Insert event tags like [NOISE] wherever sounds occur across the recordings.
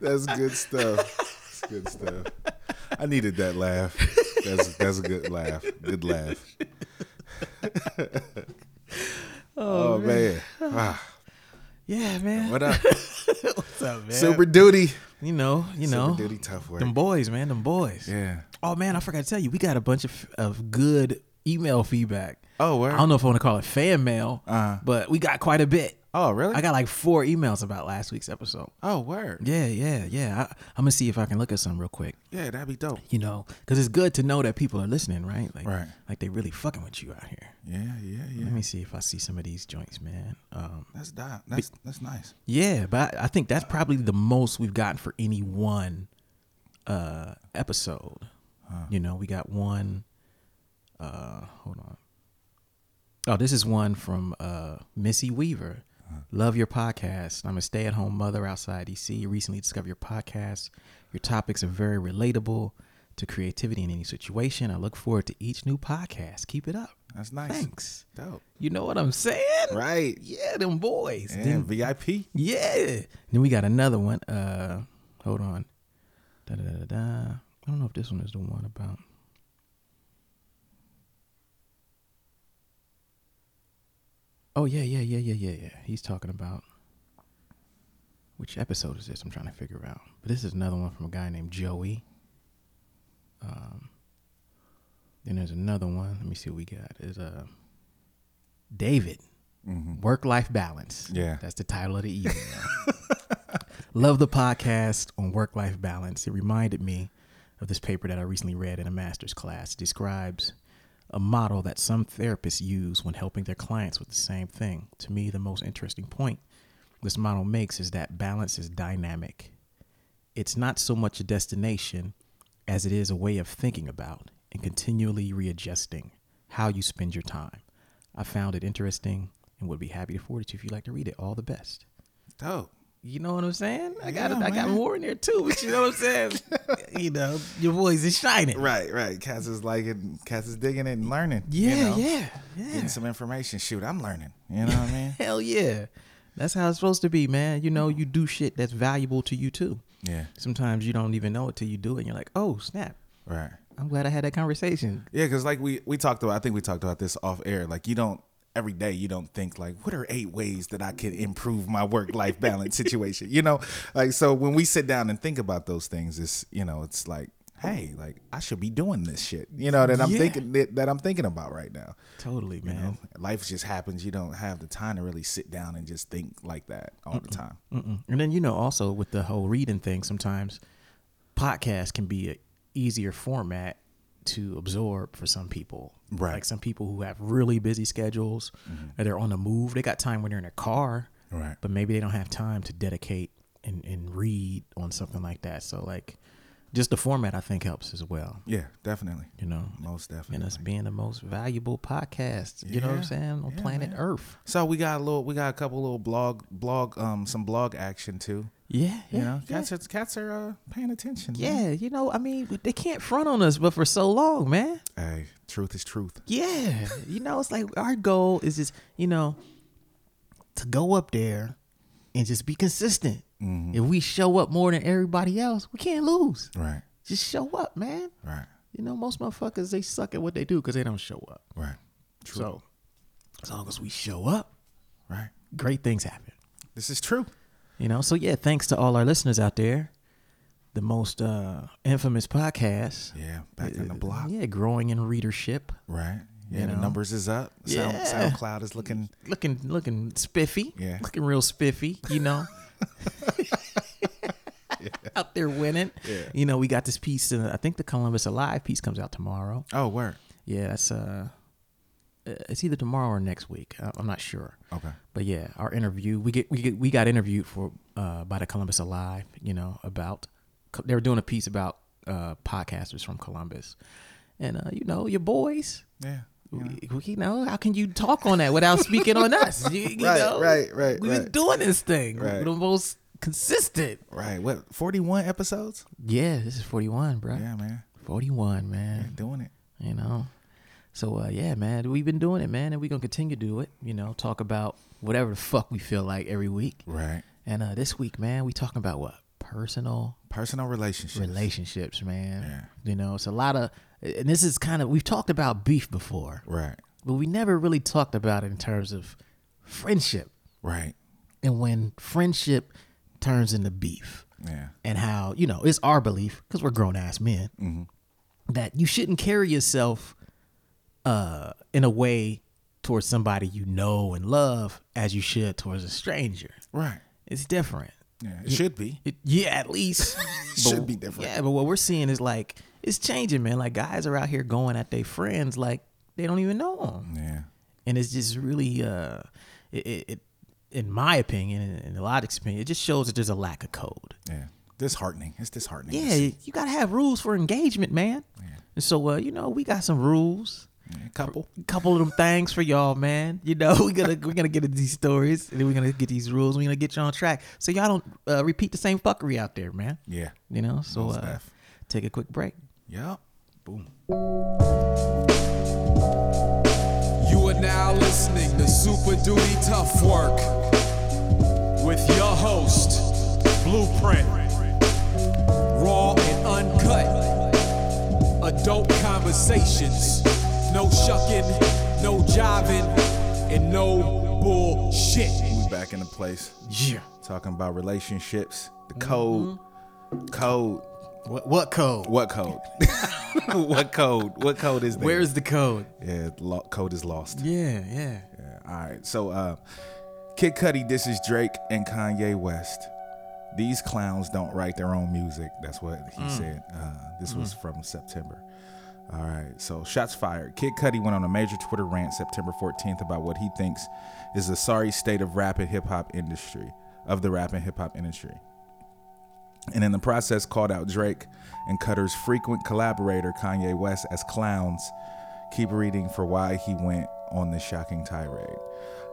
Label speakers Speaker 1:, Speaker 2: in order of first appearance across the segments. Speaker 1: That's good stuff. That's good stuff. I needed that laugh. That's that's a good laugh. Good laugh. oh, man. Ah,
Speaker 2: yeah, man.
Speaker 1: what up?
Speaker 2: What's up, man?
Speaker 1: Super duty.
Speaker 2: you know, you know,
Speaker 1: Super duty tough work.
Speaker 2: them boys, man, them boys.
Speaker 1: Yeah.
Speaker 2: Oh man, I forgot to tell you, we got a bunch of of good email feedback.
Speaker 1: Oh, word?
Speaker 2: I don't know if I want to call it fan mail,
Speaker 1: Uh-huh.
Speaker 2: but we got quite a bit.
Speaker 1: Oh, really?
Speaker 2: I got like four emails about last week's episode.
Speaker 1: oh, word.
Speaker 2: Yeah, yeah, yeah. I, I'm gonna see if I can look at some real quick.
Speaker 1: Yeah, that'd be dope.
Speaker 2: You know, because it's good to know that people are listening, right? Like,
Speaker 1: Right.
Speaker 2: Like they really fucking with you out here.
Speaker 1: Yeah, yeah, yeah.
Speaker 2: Let me see if I see some of these joints, man. Um,
Speaker 1: That's di- that's that's nice.
Speaker 2: yeah, but I, I think that's probably the most we've gotten for any one uh, episode. You know, we got one. Uh, hold on. Oh, this is one from uh, Missy Weaver. Love your podcast. I'm a stay at home mother outside DC. Recently discovered your podcast. Your topics are very relatable to creativity in any situation. I look forward to each new podcast. Keep it up.
Speaker 1: That's nice.
Speaker 2: Thanks.
Speaker 1: Dope.
Speaker 2: You know what I'm saying?
Speaker 1: Right.
Speaker 2: Yeah, them boys.
Speaker 1: And
Speaker 2: Them
Speaker 1: VIP.
Speaker 2: yeah. Then we got another one. Uh, hold on. Da, da, da, da, da. I don't know if this one is the one about. Oh yeah, yeah, yeah, yeah, yeah, yeah. He's talking about which episode is this? I'm trying to figure out. But this is another one from a guy named Joey. Um, then there's another one. Let me see what we got. Is uh, David. Work life balance.
Speaker 1: Yeah.
Speaker 2: That's the title of the email. [LAUGHS] Love the podcast on work life balance. It reminded me of this paper that I recently read in a master's class. It describes a model that some therapists use when helping their clients with the same thing. To me, the most interesting point this model makes is that balance is dynamic. It's not so much a destination as it is a way of thinking about and continually readjusting how you spend your time. I found it interesting and would be happy to forward it to you if you'd like to read it. All the best.
Speaker 1: Dope.
Speaker 2: You know what I'm saying? I got
Speaker 1: Yeah,
Speaker 2: I got
Speaker 1: man.
Speaker 2: more in there too, but you know what I'm [LAUGHS] saying? you know, your voice is shining.
Speaker 1: Right, right. Cass is liking, Cass is digging it and learning. you
Speaker 2: Yeah,
Speaker 1: know?
Speaker 2: yeah, yeah.
Speaker 1: Getting some information. Shoot, I'm learning. You know what I
Speaker 2: [LAUGHS]
Speaker 1: mean?
Speaker 2: Hell yeah. That's how it's supposed to be, man. You know, you do shit that's valuable to you too.
Speaker 1: Yeah.
Speaker 2: Sometimes you don't even know it till you do it and you're like, oh, snap.
Speaker 1: Right.
Speaker 2: I'm glad I had that conversation.
Speaker 1: Yeah, because like we we talked about, I think we talked about this off air. Like you don't every day you don't think like what are eight ways that I can improve my work life balance situation. You know, like so when we sit down and think about those things, it's you know it's like hey like I should be doing this shit. You know that I'm
Speaker 2: Yeah.
Speaker 1: thinking that, that I'm thinking about right now.
Speaker 2: Totally, man.
Speaker 1: You know, life just happens. You don't have the time to really sit down and just think like that all the time.
Speaker 2: Mm-mm. And then you know, also with the whole reading thing, sometimes podcasts can be a easier format to absorb for some people.
Speaker 1: Right. Mm-hmm.
Speaker 2: Like some people who have really busy schedules, or they're on the move. They got time when they're in their car,
Speaker 1: Right.
Speaker 2: but maybe they don't have time to dedicate and, and read on something like that. So like, just the format I think helps as well.
Speaker 1: Yeah, definitely.
Speaker 2: You know,
Speaker 1: Most definitely.
Speaker 2: and us being the most valuable podcast. You know what I'm
Speaker 1: Yeah.
Speaker 2: saying on
Speaker 1: Yeah,
Speaker 2: planet
Speaker 1: man.
Speaker 2: Earth.
Speaker 1: So we got a little, we got a couple little blog, blog, um, some blog action too.
Speaker 2: Yeah.
Speaker 1: You
Speaker 2: yeah,
Speaker 1: know,
Speaker 2: yeah.
Speaker 1: cats are cats are uh, paying attention. man.
Speaker 2: Yeah, you know, I mean, they can't front on us, but for so long, man.
Speaker 1: Hey, truth is truth.
Speaker 2: Yeah, [LAUGHS] you know, it's like our goal is just, you know, to go up there and just be consistent.
Speaker 1: Mm-hmm.
Speaker 2: If we show up more than everybody else, we can't lose.
Speaker 1: Right.
Speaker 2: Just show up, man.
Speaker 1: Right.
Speaker 2: You know, most motherfuckers they suck at what they do because they don't show up.
Speaker 1: Right. True.
Speaker 2: So, as long as we show up,
Speaker 1: Right.
Speaker 2: great things happen.
Speaker 1: This is true.
Speaker 2: You know, so yeah, thanks to all our listeners out there. The most uh infamous podcast.
Speaker 1: Uh, Yeah. Back in the block.
Speaker 2: Yeah, growing in readership.
Speaker 1: Right. Yeah.
Speaker 2: You
Speaker 1: the
Speaker 2: know.
Speaker 1: numbers is up. Sound,
Speaker 2: Yeah.
Speaker 1: SoundCloud is [LAUGHS] looking.
Speaker 2: looking looking spiffy.
Speaker 1: Yeah.
Speaker 2: Looking real spiffy,
Speaker 1: [LAUGHS]
Speaker 2: you know. [LAUGHS] Out there winning.
Speaker 1: Yeah.
Speaker 2: You know, we got this piece uh, I think the Columbus Alive piece comes out tomorrow.
Speaker 1: Oh, word.
Speaker 2: Yeah, that's uh uh, it's either tomorrow or next week. I- I'm not sure.
Speaker 1: Okay.
Speaker 2: But yeah, our interview we get we get we got interviewed for uh by the Columbus Alive, you know, about they were doing a piece about uh podcasters from Columbus. And uh, you know, your boys,
Speaker 1: Yeah.
Speaker 2: we- you know, how can you talk on that without speaking on [LAUGHS] us? You, you
Speaker 1: Right,
Speaker 2: know?
Speaker 1: right, right,
Speaker 2: We've been
Speaker 1: right.
Speaker 2: doing this thing. We're
Speaker 1: Right.
Speaker 2: the most consistent.
Speaker 1: Right. What? Forty one episodes.
Speaker 2: Yeah, this is 41, bro.
Speaker 1: Yeah, man.
Speaker 2: 41, man.
Speaker 1: Doing it.
Speaker 2: You know, So uh, yeah, man, we've been doing it, man, and we're gonna continue to do it. You know, talk about whatever the fuck we feel like every week.
Speaker 1: Right.
Speaker 2: And uh, this week, man, we talking about what personal
Speaker 1: Personal relationships.
Speaker 2: relationships, man. You know, it's a lot of, and this is kind of we've talked about beef before,
Speaker 1: right.
Speaker 2: but we never really talked about it in terms of friendship
Speaker 1: Right.
Speaker 2: and when friendship turns into beef
Speaker 1: Yeah.
Speaker 2: and how you know it's our belief because we're grown ass men
Speaker 1: Mm-hmm.
Speaker 2: that you shouldn't carry yourself uh, in a way towards somebody you know and love as you should towards a stranger.
Speaker 1: Right.
Speaker 2: It's different.
Speaker 1: Yeah. It should be.
Speaker 2: It, yeah, at least
Speaker 1: [LAUGHS] Should be different.
Speaker 2: Yeah, but what we're seeing is like it's changing, man. Like guys are out here going at their friends like they don't even know them
Speaker 1: Yeah.
Speaker 2: and it's just really uh it, it, it in my opinion and in a lot of opinion it just shows that there's a lack of code
Speaker 1: Yeah. Disheartening. It's disheartening.
Speaker 2: yeah you gotta have rules for engagement man and so uh you know we got some rules
Speaker 1: Yeah, Couple.
Speaker 2: a couple of them things for y'all man you know [LAUGHS] we're gonna we're gonna get into these stories and then we're gonna get these rules we're gonna get you on track so y'all don't uh, repeat the same fuckery out there man
Speaker 1: Yeah.
Speaker 2: you know so
Speaker 1: Most
Speaker 2: uh,
Speaker 1: def.
Speaker 2: take a quick break
Speaker 1: Yep. Boom.
Speaker 3: You are now listening to Super Duty Tough Work with your host, Blueprint. Raw and uncut. Adult conversations. No shucking, no jiving, and no bullshit.
Speaker 1: We back in the place.
Speaker 2: yeah
Speaker 1: Talking about relationships. The
Speaker 2: Mm-hmm.
Speaker 1: code. Code.
Speaker 2: what, what code
Speaker 1: What code? [LAUGHS] what code? What code is there?
Speaker 2: where is the code
Speaker 1: yeah, lo- code is lost.
Speaker 2: yeah yeah
Speaker 1: Yeah, All right. So, uh, Kid Cudi disses Drake and Kanye West. These clowns don't write their own music. That's what he
Speaker 2: Mm.
Speaker 1: said. Uh, this was from September. All right. So, shots fired. Kid Cudi went on a major Twitter rant September 14th about what he thinks is the sorry state of rap and hip hop industry, of the rap and hip hop industry. And in the process, called out Drake and Cutter's frequent collaborator Kanye West as clowns. Keep reading for why he went on this shocking tirade.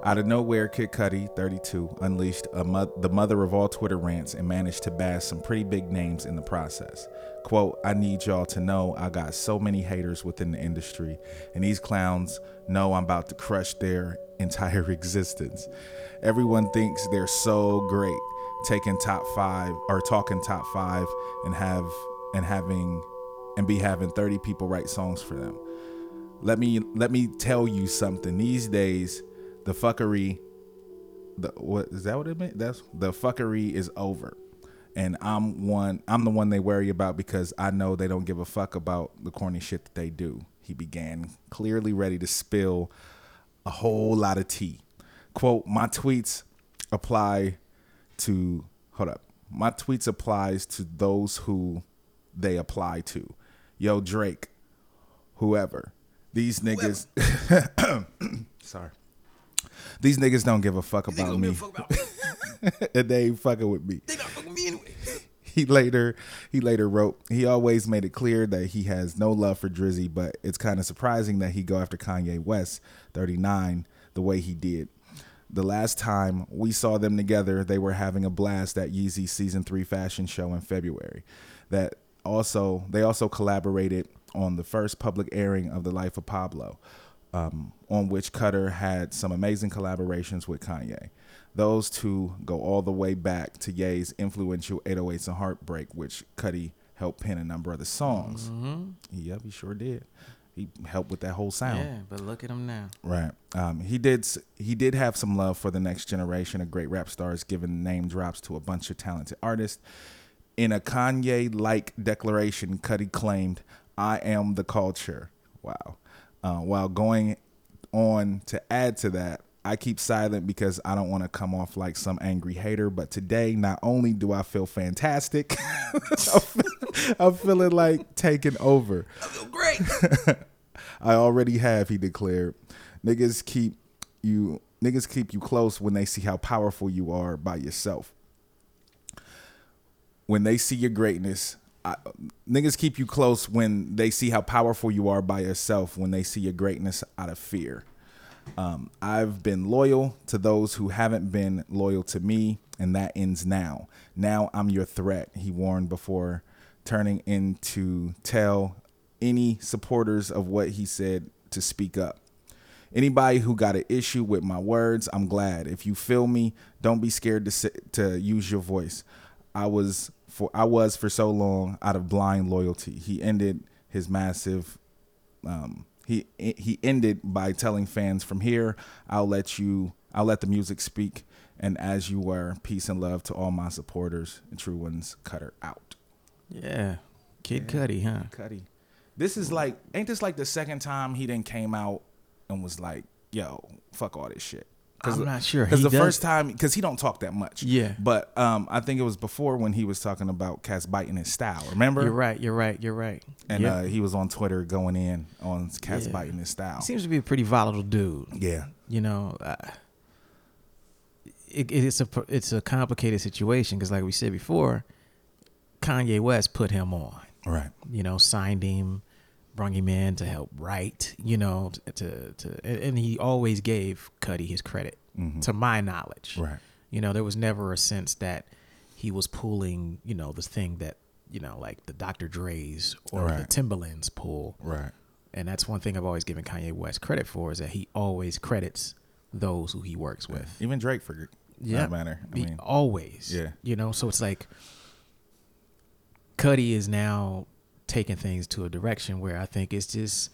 Speaker 1: Out of nowhere, Kid Cudi, 32, unleashed a mo- the mother of all Twitter rants and managed to bash some pretty big names in the process. "Quote: I need y'all to know I got so many haters within the industry, and these clowns know I'm about to crush their [LAUGHS] entire existence. Everyone thinks they're so great." taking top five or talking top five and have and having and be having 30 people write songs for them let me let me tell you something these days the fuckery the what is that what it meant that's the fuckery is over and i'm one i'm the one they worry about because i know they don't give a fuck about the corny shit that they do he began clearly ready to spill a whole lot of tea quote my tweets apply to hold up my tweets applies to those who they apply to yo drake whoever these niggas [COUGHS] sorry these niggas don't give a fuck about me [LAUGHS] and they ain't fucking with me [LAUGHS] he later he later wrote he always made it clear that he has no love for Drizzy, but it's kind of surprising that he go after Kanye West, 39, the way he did. The last time we saw them together, they were having a blast at Yeezy season three fashion show in February. That also they also collaborated on the first public airing of The Life of Pablo, um, on which Cutter had some amazing collaborations with Kanye. Those two go all the way back to Ye's influential 808s and Heartbreak, which Cuddy helped pen a number of the songs. Yep, he sure did. He helped with that whole sound.
Speaker 2: yeah but look at them now
Speaker 1: Right. Um, he did. s- He did have some love for the next generation of great rap stars, giving name drops to a bunch of talented artists. In a Kanye-like declaration, Cudi claimed, "I am the culture." Wow. Uh, while going on to add to that, I keep silent because I don't want to come off like some angry hater. But today, not only do I feel fantastic, [LAUGHS] I'm feel- I'm feeling like taking over. I already have, he declared. Niggas keep you niggas keep you close when they see how powerful you are by yourself. When they see your greatness, I, niggas keep you close when they see how powerful you are by yourself, when they see your greatness out of fear. Um, I've been loyal to those who haven't been loyal to me, and that ends now. Now I'm your threat, he warned before turning in to tell any supporters of what he said to speak up. Anybody who got an issue with my words, I'm glad. If you feel me, don't be scared to sit, to use your voice. I was for I was for so long out of blind loyalty. He ended his massive um, he he ended by telling fans from here, I'll let you I'll let the music speak and as you were, peace and love to all my supporters and true ones cutter out.
Speaker 2: Yeah. Kid Cudi, huh?
Speaker 1: Cuddy. This is like ain't this like the second time he then came out and was like, yo, fuck all this shit.
Speaker 2: I'm not sure.
Speaker 1: Because
Speaker 2: He
Speaker 1: the
Speaker 2: does-
Speaker 1: first time, because he don't talk that much.
Speaker 2: Yeah.
Speaker 1: But um, I think it was before when he was talking about cats biting his style. Remember?
Speaker 2: You're right, you're right, you're right.
Speaker 1: And
Speaker 2: Yep.
Speaker 1: uh, he was on Twitter going in on cats
Speaker 2: Yeah.
Speaker 1: biting his style.
Speaker 2: He seems to be a pretty volatile dude.
Speaker 1: yeah.
Speaker 2: You know, uh, it, it's a pr- it's a complicated situation because, like we said before, Kanye West put him on.
Speaker 1: Right.
Speaker 2: You know, signed him, brought him in to help write. You know, t- to to and, and he always gave Cuddy his credit, to my knowledge.
Speaker 1: Mm-hmm. Right.
Speaker 2: You know, there was never a sense that he was pulling. You know, this thing that you know, like the Dr. Dre's or the
Speaker 1: Right.
Speaker 2: Timberlands pull.
Speaker 1: Right.
Speaker 2: And that's one thing I've always given Kanye West credit for is that he always credits those who he works with.
Speaker 1: Even Drake for that matter. I
Speaker 2: Be-
Speaker 1: mean,
Speaker 2: always.
Speaker 1: Yeah.
Speaker 2: You know, so it's like Cuddy is now taking things to a direction where I think it's just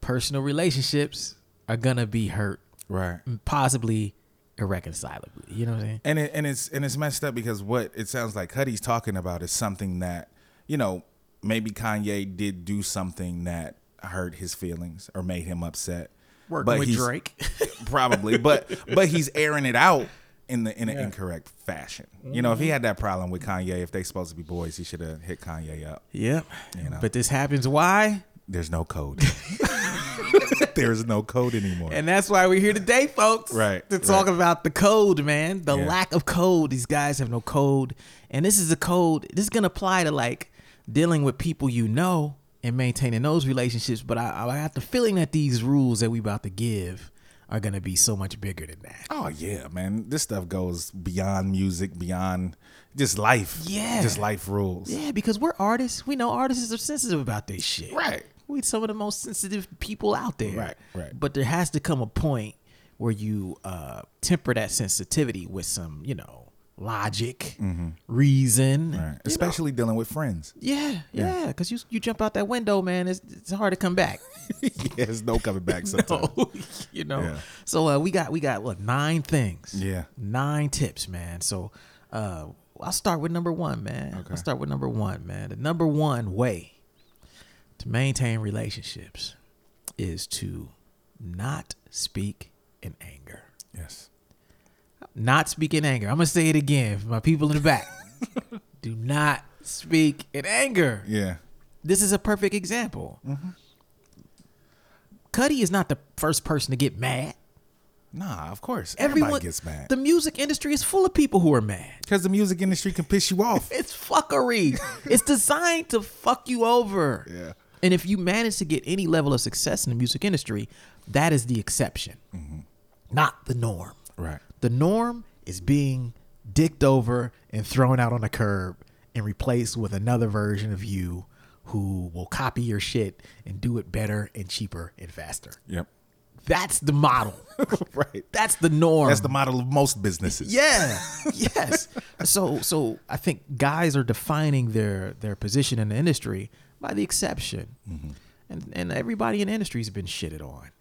Speaker 2: personal relationships are gonna be hurt,
Speaker 1: right.
Speaker 2: possibly irreconcilably. You know what I'm saying?
Speaker 1: And it, and it's and it's messed up because what it sounds like Cuddy's talking about is something that you know maybe Kanye did do something that hurt his feelings or made him upset. he's- [LAUGHS] probably, but but he's airing it out in the in an incorrect fashion. You know, if he
Speaker 2: Mm-hmm.
Speaker 1: had that problem with Kanye, if they supposed to be boys, he should have hit Kanye up.
Speaker 2: [LAUGHS] yep.
Speaker 1: You know.
Speaker 2: But this happens why?
Speaker 1: There's no
Speaker 2: [LAUGHS]
Speaker 1: code. There's no code anymore.
Speaker 2: And that's why we're here today, folks.
Speaker 1: Right,
Speaker 2: To talk about the code, man. The
Speaker 1: Yeah.
Speaker 2: lack of code. These guys have no code. And this is a code. This is going to apply to like dealing with people you know and maintaining those relationships. But I, I have the feeling that these rules that we about to give are going to be so much bigger than that.
Speaker 1: oh yeah, man, this stuff goes beyond music, beyond just life.
Speaker 2: Yeah.
Speaker 1: just life rules.
Speaker 2: Yeah, because we're artists. We know artists are sensitive about this shit.
Speaker 1: Right.
Speaker 2: We some of the most sensitive people out there.
Speaker 1: Right, right.
Speaker 2: But there has to come a point where you uh, temper that sensitivity with some, you know, logic, reason.
Speaker 1: Mm-hmm. Right. Especially dealing with [LAUGHS] friends.
Speaker 2: Yeah, yeah. Because you you jump out that window, man. It's it's hard to come back.
Speaker 1: yeah, there's no coming [LAUGHS] back sometimes.
Speaker 2: [LAUGHS] you know.
Speaker 1: Yeah.
Speaker 2: So uh, we got we got what nine things.
Speaker 1: Yeah.
Speaker 2: Nine tips, man. So uh, I'll start with number one, man. I'll start with number one, man. The number one way to maintain relationships is to not speak in anger.
Speaker 1: Yes.
Speaker 2: Not speak in anger. I'm gonna say it again for my people in
Speaker 1: [LAUGHS]
Speaker 2: the back. Do not speak in anger
Speaker 1: Yeah.
Speaker 2: this is a perfect example.
Speaker 1: Mm-hmm.
Speaker 2: Cuddy is not the first person to get mad.
Speaker 1: Nah, of course.
Speaker 2: Everyone
Speaker 1: Everybody gets mad.
Speaker 2: The music industry is full of people who are mad.
Speaker 1: Because the music industry can piss you off.
Speaker 2: It's fuckery. it's designed to fuck you over.
Speaker 1: Yeah.
Speaker 2: And if you manage to get any level of success in the music industry, that is the exception,
Speaker 1: Mm-hmm.
Speaker 2: not the norm.
Speaker 1: [LAUGHS] Right.
Speaker 2: The norm is being dicked over and thrown out on the curb and replaced with another version of you who will copy your shit and do it better and cheaper and faster.
Speaker 1: Yep.
Speaker 2: That's the model.
Speaker 1: [LAUGHS] right.
Speaker 2: That's the norm.
Speaker 1: That's the model of most businesses.
Speaker 2: yeah. yes. So so I think guys are defining their their position in the industry by the exception. And and everybody in the industry has been shitted on.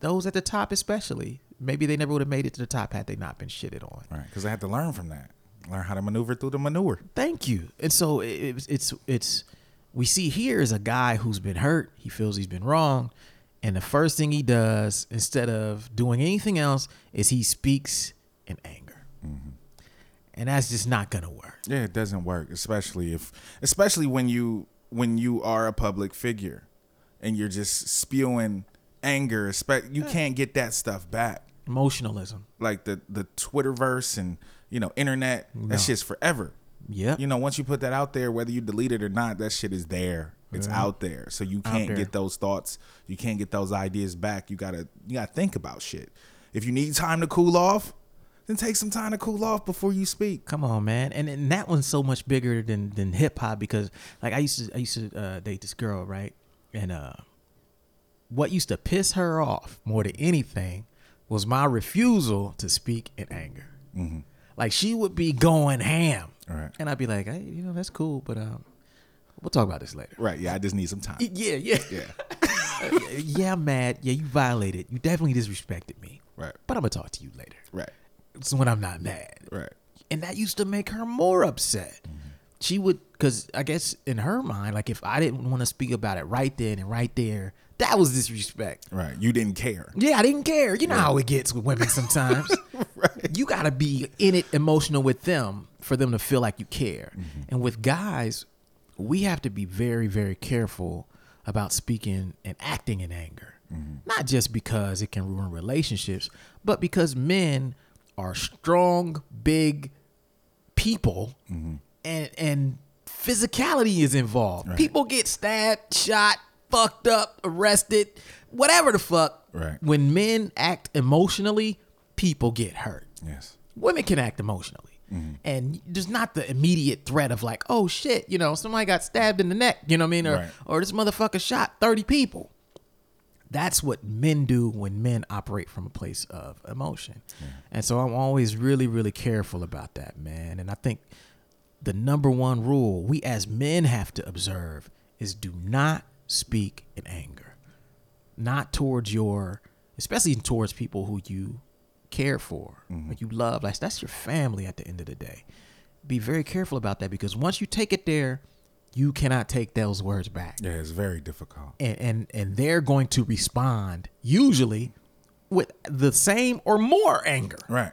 Speaker 2: Those at the top especially. Maybe they never would have made it to the top had they not been shitted on.
Speaker 1: Right. Because I had to learn from that. Learn how to maneuver through the manure.
Speaker 2: Thank you. And so it, it's it's it's we see here is a guy who's been hurt. He feels he's been wrong, and the first thing he does instead of doing anything else is he speaks in anger, and that's just not gonna work.
Speaker 1: Yeah, it doesn't work, especially if, especially when you when you are a public figure, and you're just spewing anger. Expect you can't get that stuff back.
Speaker 2: Emotionalism.
Speaker 1: Like the the Twitterverse and you know internet. That shit's forever.
Speaker 2: Yep.
Speaker 1: You know, once you put that out there, whether you delete it or not, that shit is there. It's out there. So you can't
Speaker 2: there.
Speaker 1: get those thoughts. You can't get those ideas back. You gotta you gotta think about shit. If you need time to cool off, then take some time to cool off before you speak.
Speaker 2: Come on, man. And, and that one's so much bigger than than hip hop because like I used to I used to uh, date this girl, right? And uh what used to piss her off more than anything was my refusal to speak in anger. Like she would be going ham,
Speaker 1: Mm-hmm. Right.
Speaker 2: and I'd be like, hey, you know, that's cool, but um, we'll talk about this later. [LAUGHS]
Speaker 1: Right. Yeah. I just need some time.
Speaker 2: Yeah, yeah,
Speaker 1: Yeah.
Speaker 2: [LAUGHS] yeah. I'm mad. Yeah, you violated. You definitely disrespected me.
Speaker 1: Right.
Speaker 2: But I'm gonna talk to you later.
Speaker 1: Right.
Speaker 2: It's when I'm not mad
Speaker 1: Right.
Speaker 2: and that used to make her more upset. She would, because I guess in her mind, like if I didn't want to speak about it right then and right there, that was disrespect.
Speaker 1: Right. You didn't care.
Speaker 2: Yeah, I didn't care. You know how it gets with women sometimes. You got to be in it emotional with them for them to feel like you care. And with guys, we have to be very, very careful about speaking and acting in anger. Not just because it can ruin relationships, but because men are strong, big people and and physicality is involved. People get stabbed, shot, fucked up, arrested, whatever the fuck.
Speaker 1: Right.
Speaker 2: When men act emotionally, people get hurt.
Speaker 1: Yes.
Speaker 2: Women can act emotionally. And there's not the immediate threat of like, oh shit, you know, somebody got stabbed in the neck, you know what I mean? Or
Speaker 1: Right.
Speaker 2: or this motherfucker shot 30 people. That's what men do when men operate from a place of emotion. And so I'm always really, really careful about that, man. And I think the number one rule we as men have to observe is do not speak in anger. Not towards your especially towards people who you care for,
Speaker 1: Mm-hmm.
Speaker 2: who you love. Like that's your family at the end of the day. Be very careful about that because once you take it there, you cannot take those words back
Speaker 1: Yeah. It's very difficult.
Speaker 2: and and and they're going to respond usually with the same or more anger.
Speaker 1: Right.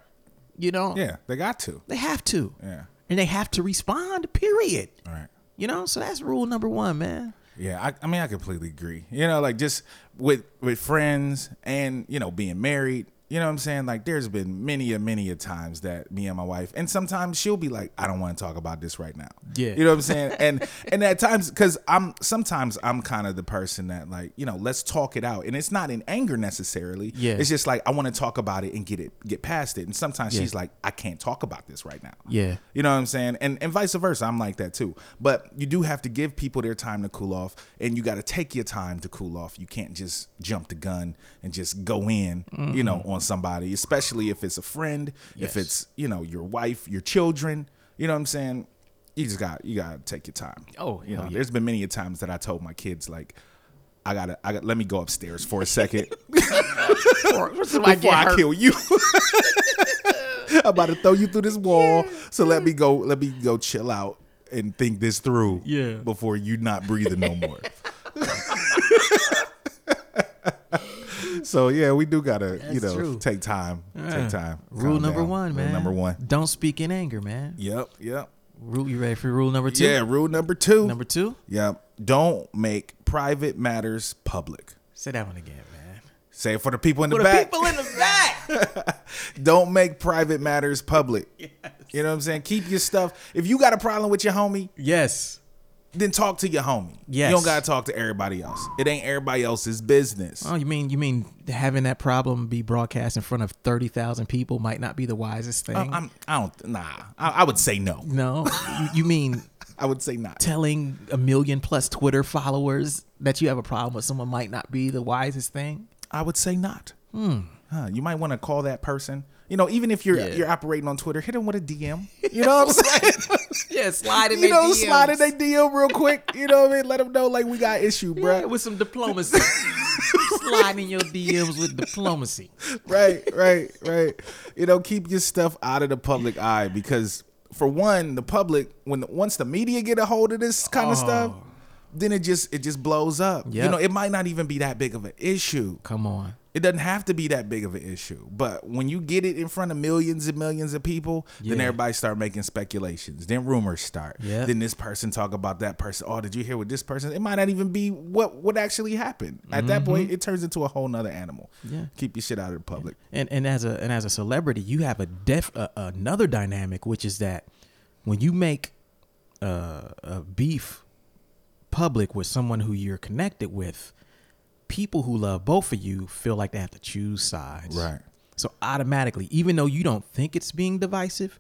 Speaker 2: You know,
Speaker 1: Yeah. They got to.
Speaker 2: they have to,
Speaker 1: Yeah.
Speaker 2: and they have to respond. Period.
Speaker 1: All right.
Speaker 2: You know, so that's rule number one, man.
Speaker 1: Yeah, I, I mean, I completely agree. You know, like just with with friends and you know being married. You know what I'm saying? Like, there's been many a many a times that me and my wife, and sometimes she'll be like, "I don't want to talk about this right now."
Speaker 2: Yeah.
Speaker 1: you know what I'm saying? And and at times, because I'm sometimes I'm kind of the person that like, you know, let's talk it out, and it's not in anger necessarily.
Speaker 2: Yeah.
Speaker 1: it's just like I want to talk about it and get it get past it. And sometimes she's like, "I can't talk about this right now."
Speaker 2: Yeah.
Speaker 1: You know what I'm saying? And and vice versa. I'm like that too. But you do have to give people their time to cool off and you got to take your time to cool off. You can't just jump the gun and just go in, you know, on somebody, especially if it's a friend,
Speaker 2: Mm-hmm. Yes.
Speaker 1: if it's, you know, your wife, your children, you know what I'm saying? You just got you got to take your time.
Speaker 2: Oh,
Speaker 1: you know,
Speaker 2: hell yeah.
Speaker 1: there's been many a times that I told my kids like I got to I got let me go upstairs for a
Speaker 2: [LAUGHS]
Speaker 1: second before I kill you. I'm about to throw you through this wall. So let me go. Let me go chill out and think this through.
Speaker 2: Yeah.
Speaker 1: Before you not breathing no
Speaker 2: [LAUGHS]
Speaker 1: more. so yeah, we do gotta you
Speaker 2: That's
Speaker 1: know
Speaker 2: true.
Speaker 1: take time. Take time.
Speaker 2: Rule
Speaker 1: Calm
Speaker 2: number
Speaker 1: down.
Speaker 2: one, man.
Speaker 1: Rule number one.
Speaker 2: Don't speak in anger, man.
Speaker 1: Yep. Yep.
Speaker 2: Rule, you ready for rule number two?
Speaker 1: Yeah. Rule number two.
Speaker 2: Number two.
Speaker 1: Yep. Don't make private matters public.
Speaker 2: Say that one again, man.
Speaker 1: Say it for the people in
Speaker 2: For
Speaker 1: the
Speaker 2: the
Speaker 1: back.
Speaker 2: people in the back.
Speaker 1: Don't make private matters public. You know what I'm saying? Keep your stuff. If you got a problem with your homie,
Speaker 2: [LAUGHS] yes.
Speaker 1: then talk to your homie.
Speaker 2: Yes.
Speaker 1: You don't gotta talk to everybody else. It ain't everybody else's business.
Speaker 2: Oh, you mean you mean having that problem be broadcast in front of thirty thousand people might not be the wisest thing.
Speaker 1: I- I'm, I don't. Nah. I, I would say no.
Speaker 2: no, you, you mean
Speaker 1: I would say not.
Speaker 2: telling a million plus Twitter followers that you have a problem with someone might not be the wisest thing.
Speaker 1: I would say not. Huh, you might want to call that person. You know, even if you're
Speaker 2: Yeah.
Speaker 1: you're operating on Twitter, hit them with a DM. You know what I'm saying?
Speaker 2: Yeah, slide
Speaker 1: you know, slide in
Speaker 2: [LAUGHS]
Speaker 1: they DM real quick. You know what I mean? Let them know like we got issue, bruh.
Speaker 2: with some diplomacy. [LAUGHS] slide in your DMs with diplomacy.
Speaker 1: right, right, right. You know, keep your stuff out of the public eye because, for one, the public when once the media get a hold of this kind of stuff, then it just it just blows up. You
Speaker 2: Oh. Yep.
Speaker 1: know, it might not even be that big of an issue.
Speaker 2: Come on.
Speaker 1: It doesn't have to be that big of an issue, but when you get it in front of millions and millions of people, then
Speaker 2: Yeah.
Speaker 1: everybody start making speculations. Then rumors start.
Speaker 2: Yep.
Speaker 1: Then this person talk about that person. Oh, did you hear what this person? It might not even be what what actually happened. At that point, it turns into a whole nother animal.
Speaker 2: Mm-hmm. Yeah.
Speaker 1: Keep your shit out of the public.
Speaker 2: and and as a and as a celebrity, you have a def uh, another dynamic, which is that when you make uh, a beef public with someone who you're connected with, people who love both of you feel like they have to choose sides,
Speaker 1: Right.
Speaker 2: So automatically, even though you don't think it's being divisive,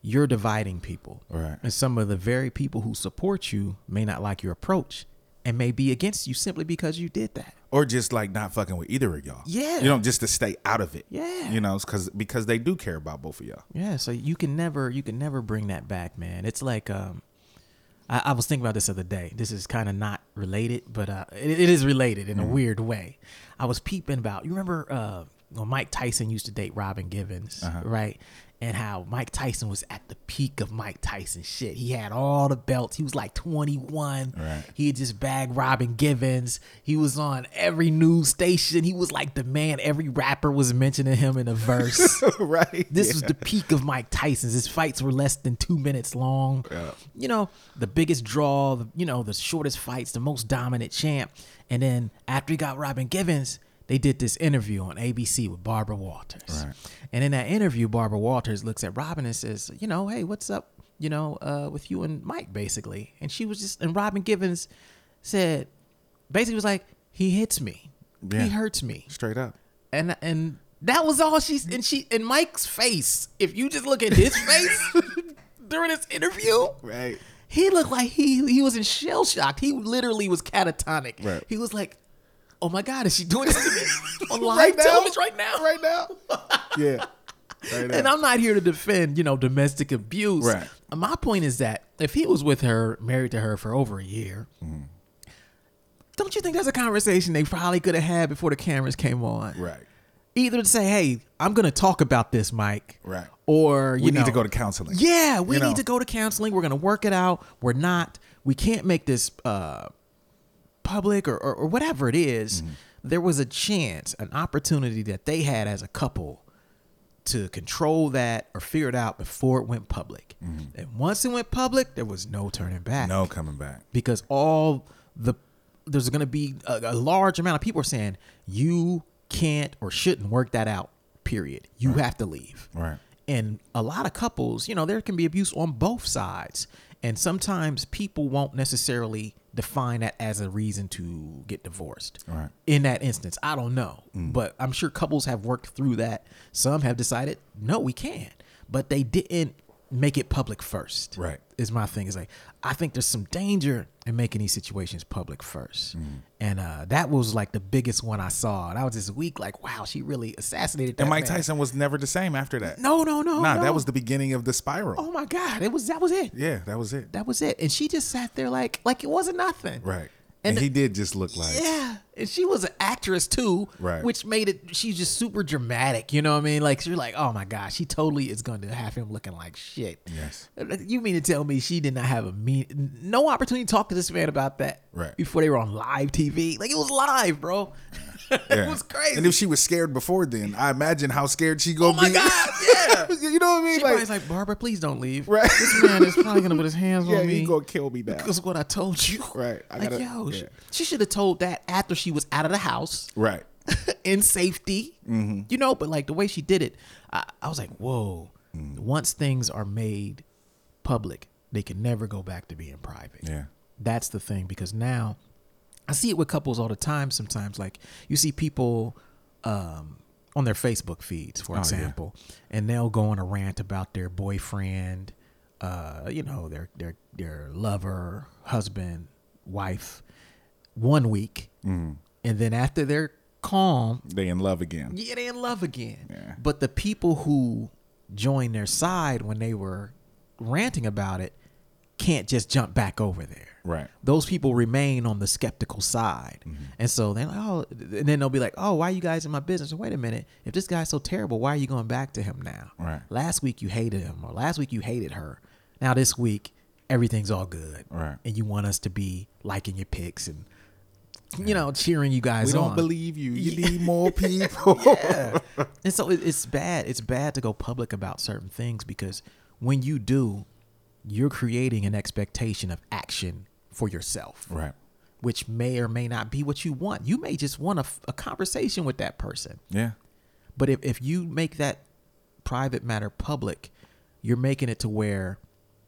Speaker 2: you're dividing people,
Speaker 1: Right.
Speaker 2: And some of the very people who support you may not like your approach, and may be against you simply because you did that.
Speaker 1: or just like not fucking with either of y'all.
Speaker 2: Yeah.
Speaker 1: you know, just to stay out of it.
Speaker 2: Yeah.
Speaker 1: you know, because because they do care about both of y'all. [LAUGHS]
Speaker 2: Yeah, so you can never you can never bring that back, man. It's like um I, I was thinking about this the other day. This is kind of not related, but uh it, it is related in a weird way. I was peeping about you remember uh when Mike Tyson used to date Robin Givens, right? And how Mike Tyson was at the peak of Mike Tyson shit. He had all the belts. He was like 21.
Speaker 1: Right.
Speaker 2: He had just bagged Robin Givens. He was on every news station. He was like the man. Every rapper was mentioning him in
Speaker 1: [LAUGHS]
Speaker 2: a verse.
Speaker 1: right.
Speaker 2: [LAUGHS] This was the peak of Mike Tyson's. His fights were less than two minutes long. You know, the biggest draw, the, you know, the shortest fights, the most dominant champ. And then after he got Robin Givens, they did this interview on ABC with Barbara Walters.
Speaker 1: Right.
Speaker 2: And in that interview, Barbara Walters looks at Robin and says, you know, hey, what's up, you know, uh, with you and Mike, basically. And she was just, and Robin Givens said, basically was like, he hits me.
Speaker 1: Yeah.
Speaker 2: He hurts me
Speaker 1: straight up.
Speaker 2: and and that was all she's and she in Mike's face. If you just look at his
Speaker 1: [LAUGHS]
Speaker 2: face during this interview,
Speaker 1: Right.
Speaker 2: he looked like he he was in shell shock. He literally was catatonic.
Speaker 1: Right.
Speaker 2: He was like, "Oh my god, is she doing
Speaker 1: [LAUGHS]
Speaker 2: this to me on live
Speaker 1: Right now?
Speaker 2: television right now?"
Speaker 1: Right
Speaker 2: [LAUGHS]
Speaker 1: now. yeah. Right now.
Speaker 2: And I'm not here to defend, you know, domestic abuse.
Speaker 1: Right.
Speaker 2: My point is that if he was with her, married to her for over a year,
Speaker 1: Mm-hmm.
Speaker 2: don't you think that's a conversation they probably could have had before the cameras came on?
Speaker 1: right.
Speaker 2: either to say, "Hey, I'm going to talk about this, Mike,"
Speaker 1: Right.
Speaker 2: Or you
Speaker 1: We need to
Speaker 2: know,
Speaker 1: go to counseling.
Speaker 2: Yeah, we
Speaker 1: You know?
Speaker 2: need to go to counseling. We're going to work it out. We're not. We can't make this uh, public or, or or whatever it is.
Speaker 1: Mm-hmm.
Speaker 2: There was a chance, an opportunity that they had as a couple to control that or figure it out before it went public. And once it went public, there was no turning back
Speaker 1: Mm-hmm. No coming back.
Speaker 2: because all the there's going to be a, a large amount of people are saying you can't or shouldn't work that out. Period. You have to leave.
Speaker 1: Right.
Speaker 2: And a lot of couples, you know, there can be abuse on both sides, and sometimes people won't necessarily define that as a reason to get divorced.
Speaker 1: Right. Mm.
Speaker 2: In that instance, I don't know, but I'm sure couples have worked through that. Some have decided, no, we can't, but they didn't make it public first
Speaker 1: Right.
Speaker 2: is my thing. Is like I think there's some danger in making these situations public first,
Speaker 1: Mm-hmm.
Speaker 2: and uh, that was like the biggest one I saw. And I was this week like, wow, she really assassinated that
Speaker 1: And Mike
Speaker 2: man.
Speaker 1: Tyson was never the same after that.
Speaker 2: No, no, no,
Speaker 1: Nah,
Speaker 2: no.
Speaker 1: that was the beginning of the spiral.
Speaker 2: Oh my God, it was that was it.
Speaker 1: Yeah, that was it.
Speaker 2: That was it. And she just sat there like like it wasn't nothing.
Speaker 1: Right. And,
Speaker 2: And the-
Speaker 1: he did just look like
Speaker 2: Yeah, and she was an actress too,
Speaker 1: Right.
Speaker 2: Which made it she's just super dramatic. You know what I mean? Like you're like, oh my gosh, she totally is going to have him looking like shit.
Speaker 1: Yes.
Speaker 2: You mean to tell me she did not have a mean, no opportunity to talk to this man about that,
Speaker 1: Right.
Speaker 2: Before they were on live TV, like it was live, bro. [LAUGHS]
Speaker 1: Yeah.
Speaker 2: it was crazy. Oh
Speaker 1: And if she was scared before then, I imagine how scared she gonna
Speaker 2: my
Speaker 1: be.
Speaker 2: God, yeah.
Speaker 1: [LAUGHS] you know what I mean?
Speaker 2: she
Speaker 1: like,
Speaker 2: probably's like, Barbara, please don't leave.
Speaker 1: Right.
Speaker 2: This man is probably gonna put his hands
Speaker 1: [LAUGHS] yeah,
Speaker 2: on me.
Speaker 1: you gonna kill me now.
Speaker 2: because of what I told you.
Speaker 1: Right, I
Speaker 2: like,
Speaker 1: gotta-
Speaker 2: yo, she,
Speaker 1: yeah.
Speaker 2: she should have told that after she was out of the house.
Speaker 1: Right.
Speaker 2: [LAUGHS] in safety, you know. But like the way she did it, I, I was like, whoa. Once things are made public, they can never go back to being private.
Speaker 1: Yeah.
Speaker 2: that's the thing because now I see it with couples all the time. Sometimes, like you see people um, on their Facebook feeds, for example, and they'll go on a rant about their boyfriend, uh, you know, their their their lover, husband, wife, one week, and then after they're calm,
Speaker 1: They in love again.
Speaker 2: yeah, they in love again.
Speaker 1: Yeah.
Speaker 2: But the people who joined their side when they were ranting about it can't just jump back over there.
Speaker 1: Right.
Speaker 2: Those people remain on the skeptical side.
Speaker 1: Mm-hmm.
Speaker 2: And so they're like, oh, and then they'll be like, oh, why are you guys in my business? Wait a minute. If this guy's so terrible, why are you going back to him now?
Speaker 1: Right.
Speaker 2: Last week you hated him, or last week you hated her. Now this week, everything's all good.
Speaker 1: Right.
Speaker 2: And you want us to be liking your pics and, you know, cheering you guys
Speaker 1: We
Speaker 2: on.
Speaker 1: don't believe you. You need more people. [LAUGHS] yeah.
Speaker 2: And so it, it's bad. It's bad to go public about certain things because when you do, you're creating an expectation of action for yourself,
Speaker 1: Right.
Speaker 2: which may or may not be what you want. You may just want a, f- a conversation with that person. But if, if you make that private matter public, you're making it to where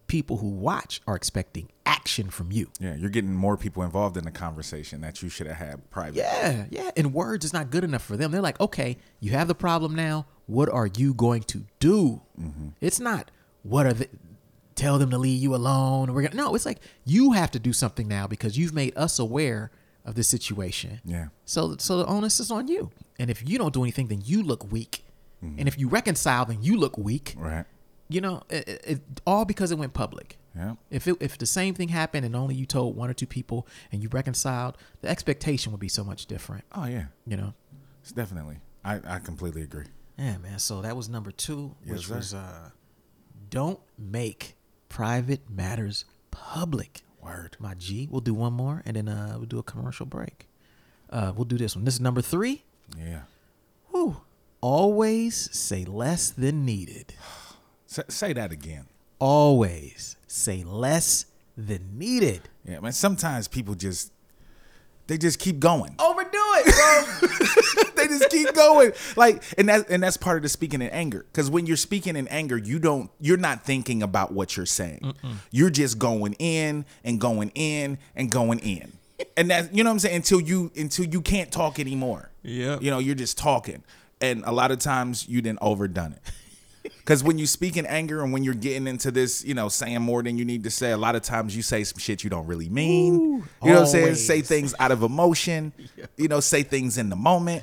Speaker 2: people who watch are expecting action from you.
Speaker 1: Yeah. You're getting more people involved in the conversation that you should have had private.
Speaker 2: Yeah, yeah. And words is not good enough for them. They're like, okay, you have the problem now. What are you going to do? It's not what are the tell them to leave you alone. We're gonna no. It's like you have to do something now because you've made us aware of this situation.
Speaker 1: Yeah.
Speaker 2: So so the onus is on you. And if you don't do anything, then you look weak. And if you reconcile, then you look weak.
Speaker 1: Right.
Speaker 2: You know, it, it, it, all because it went public.
Speaker 1: Yeah.
Speaker 2: If it, if the same thing happened and only you told one or two people and you reconciled, the expectation would be so much different.
Speaker 1: Oh yeah.
Speaker 2: You know.
Speaker 1: It's definitely. I, I completely agree.
Speaker 2: Yeah, man. So that was number two,
Speaker 1: Yes,
Speaker 2: which
Speaker 1: sir.
Speaker 2: was uh, don't make private matters public.
Speaker 1: Word.
Speaker 2: My G, we'll do one more, and then uh, we'll do a commercial break. Uh, we'll do this one. This is number three.
Speaker 1: Yeah.
Speaker 2: Whew. Always say less than needed.
Speaker 1: Say, say that again.
Speaker 2: Always say less than needed.
Speaker 1: Yeah, man. Sometimes people just they just keep going.
Speaker 2: Overdo [LAUGHS] it, bro.
Speaker 1: [LAUGHS] they just keep going. Like, and that's and that's part of the speaking in anger. Because when you're speaking in anger, you don't you're not thinking about what you're saying. You're just going in and going in and going in. And that you know what I'm saying until you until you can't talk anymore.
Speaker 2: Yep.
Speaker 1: You know, you're just talking. And a lot of times you didn't overdone it. Because when you speak in anger and when you're getting into this, you know, saying more than you need to say, a lot of times you say some shit you don't really mean. you know what I'm saying?
Speaker 2: always.
Speaker 1: Say things out of emotion,
Speaker 2: [LAUGHS]
Speaker 1: you know, say things in the moment.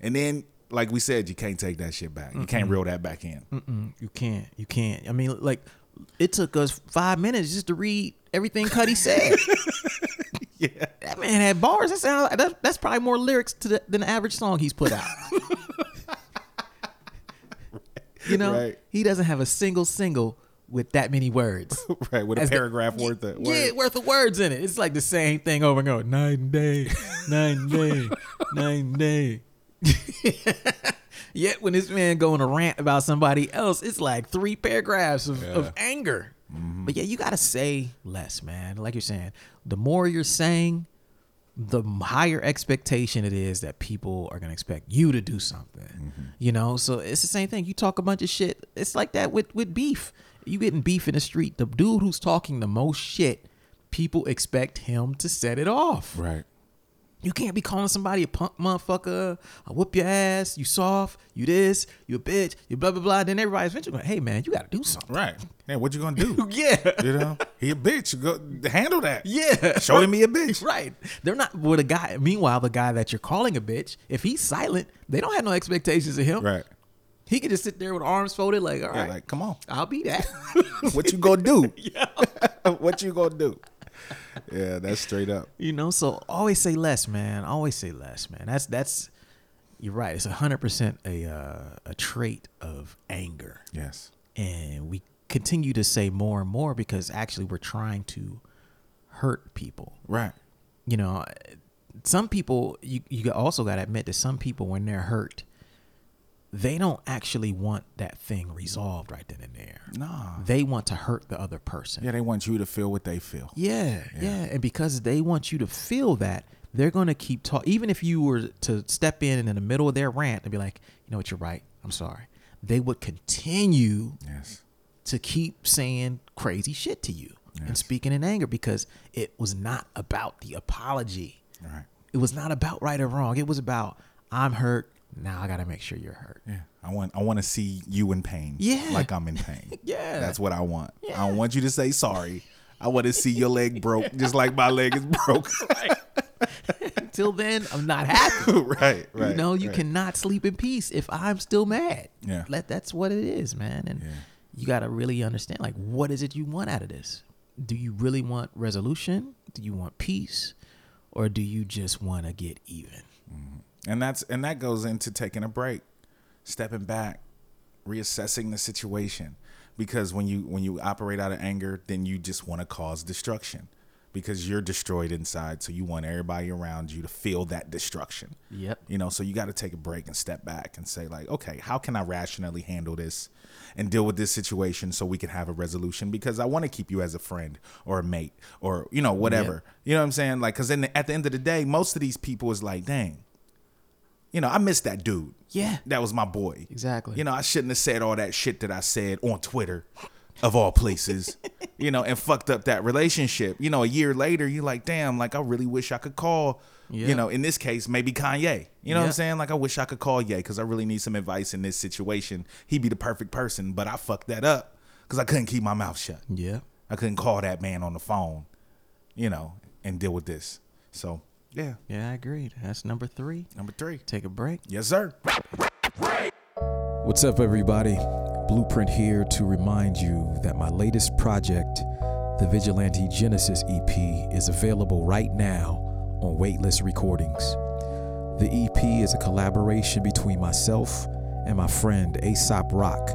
Speaker 1: And then, like we said, you can't take that shit back. You can't reel that back in.
Speaker 2: Mm, you can't. You can't. I mean, like, it took us five minutes just to read everything Cuddy said.
Speaker 1: Yeah.
Speaker 2: That man had bars. That sound like that, that's probably more lyrics to the, than the average song he's put out. you know,
Speaker 1: Right.
Speaker 2: he doesn't have a single single with that many words.
Speaker 1: [LAUGHS] Right. With a
Speaker 2: As the-
Speaker 1: paragraph worth of
Speaker 2: Yeah,
Speaker 1: word.
Speaker 2: worth of words in it. It's like the same thing over and over. Nine day, nine
Speaker 1: [LAUGHS]
Speaker 2: day, nine day. [LAUGHS] Yet when this man go on a rant about somebody else, it's like three paragraphs of, of anger.
Speaker 1: Mm-hmm.
Speaker 2: But yeah, you gotta say less, man. Like you're saying, the more you're saying, the m- higher expectation it is that people are gonna expect you to do something. You know, so it's the same thing. You talk a bunch of shit. It's like that with with beef. You getting beef in the street. The dude who's talking the most shit, people expect him to set it off.
Speaker 1: Right.
Speaker 2: You can't be calling somebody a punk motherfucker. I whoop your ass. You soft. You this. You a bitch. You blah blah blah. Then everybody's eventually going, hey man, you gotta do something.
Speaker 1: Right. Man, what you gonna
Speaker 2: [LAUGHS]
Speaker 1: do?
Speaker 2: Yeah.
Speaker 1: you know? He a bitch. Go handle that.
Speaker 2: Yeah.
Speaker 1: Show him he a bitch.
Speaker 2: [LAUGHS] Right. They're not with a guy. Meanwhile, the guy that you're calling a bitch, if he's silent, they don't have no expectations of him.
Speaker 1: Right.
Speaker 2: He could just sit there with arms folded, like, all
Speaker 1: Yeah,
Speaker 2: right,
Speaker 1: like, come on.
Speaker 2: I'll be that. [LAUGHS]
Speaker 1: What you gonna do? [LAUGHS] what you gonna do? Yeah, that's straight up.
Speaker 2: you know, so always say less, man. Always say less, man. That's that's you're right. It's hundred percent a uh, a trait of anger.
Speaker 1: Yes.
Speaker 2: and we continue to say more and more because actually we're trying to hurt people
Speaker 1: Right.
Speaker 2: you know uh, some people you, you also got to admit that some people when they're hurt they don't actually want that thing resolved right then and there
Speaker 1: Nah.
Speaker 2: they want to hurt the other person
Speaker 1: Yeah, they want you to feel what they feel.
Speaker 2: yeah, yeah, And because they want you to feel that, they're going to keep talking. Even if you were to step in and in the middle of their rant and be like, you know what, you're right. I'm sorry. They would continue
Speaker 1: Yes.
Speaker 2: to keep saying crazy shit to you and speaking in anger because it was not about the apology.
Speaker 1: Right.
Speaker 2: It was not about right or wrong. It was about, I'm hurt. Now I got to make sure you're hurt.
Speaker 1: Yeah. I want I want to see you in pain.
Speaker 2: Yeah.
Speaker 1: Like I'm in pain.
Speaker 2: [LAUGHS] Yeah.
Speaker 1: That's what I want. I
Speaker 2: Yeah.
Speaker 1: don't want you to say sorry. I want to see your leg broke just like my leg is broke. [LAUGHS]
Speaker 2: Until then, I'm [LAUGHS] not happy.
Speaker 1: right, right.
Speaker 2: you know you
Speaker 1: right.
Speaker 2: cannot sleep in peace if i'm still mad
Speaker 1: Yeah.
Speaker 2: Let, that's what it is man and you got to really understand like what is it you want out of this do you really want resolution do you want peace or do you just want to get even
Speaker 1: And that's and that goes into taking a break, stepping back, reassessing the situation. Because when you when you operate out of anger, then you just want to cause destruction. Because you're destroyed inside, so you want everybody around you to feel that destruction.
Speaker 2: Yep.
Speaker 1: You know, so you got to take a break and step back and say like, okay, how can I rationally handle this and deal with this situation so we can have a resolution? Because I want to keep you as a friend or a mate or you know whatever. You know what I'm saying? Like, because then at the end of the day, most of these people is like, dang, you know, I miss that dude.
Speaker 2: Yeah.
Speaker 1: That was my boy.
Speaker 2: Exactly.
Speaker 1: You know, I shouldn't have said all that shit that I said on Twitter, of all
Speaker 2: [LAUGHS]
Speaker 1: places, you know, and fucked up that relationship. You know, a year later, you're like, damn, like, I really wish I could call,
Speaker 2: Yeah.
Speaker 1: you know, in this case, maybe Kanye. You know what
Speaker 2: Yeah.
Speaker 1: I'm saying? Like, I wish I could call Ye because I really need some advice in this situation. He'd be the perfect person, but I fucked that up. because I couldn't keep my mouth shut.
Speaker 2: Yeah.
Speaker 1: I couldn't call that man on the phone, you know, and deal with this. So yeah,
Speaker 2: Yeah, I agreed. That's number three.
Speaker 1: number three.
Speaker 2: Take a break.
Speaker 1: Yes, sir.
Speaker 2: What's up, everybody? Blueprint here to remind you that my latest project, the Vigilante Genesis EP, is available right now on Waitlist Recordings. The EP is a collaboration between myself and my friend Aesop Rock,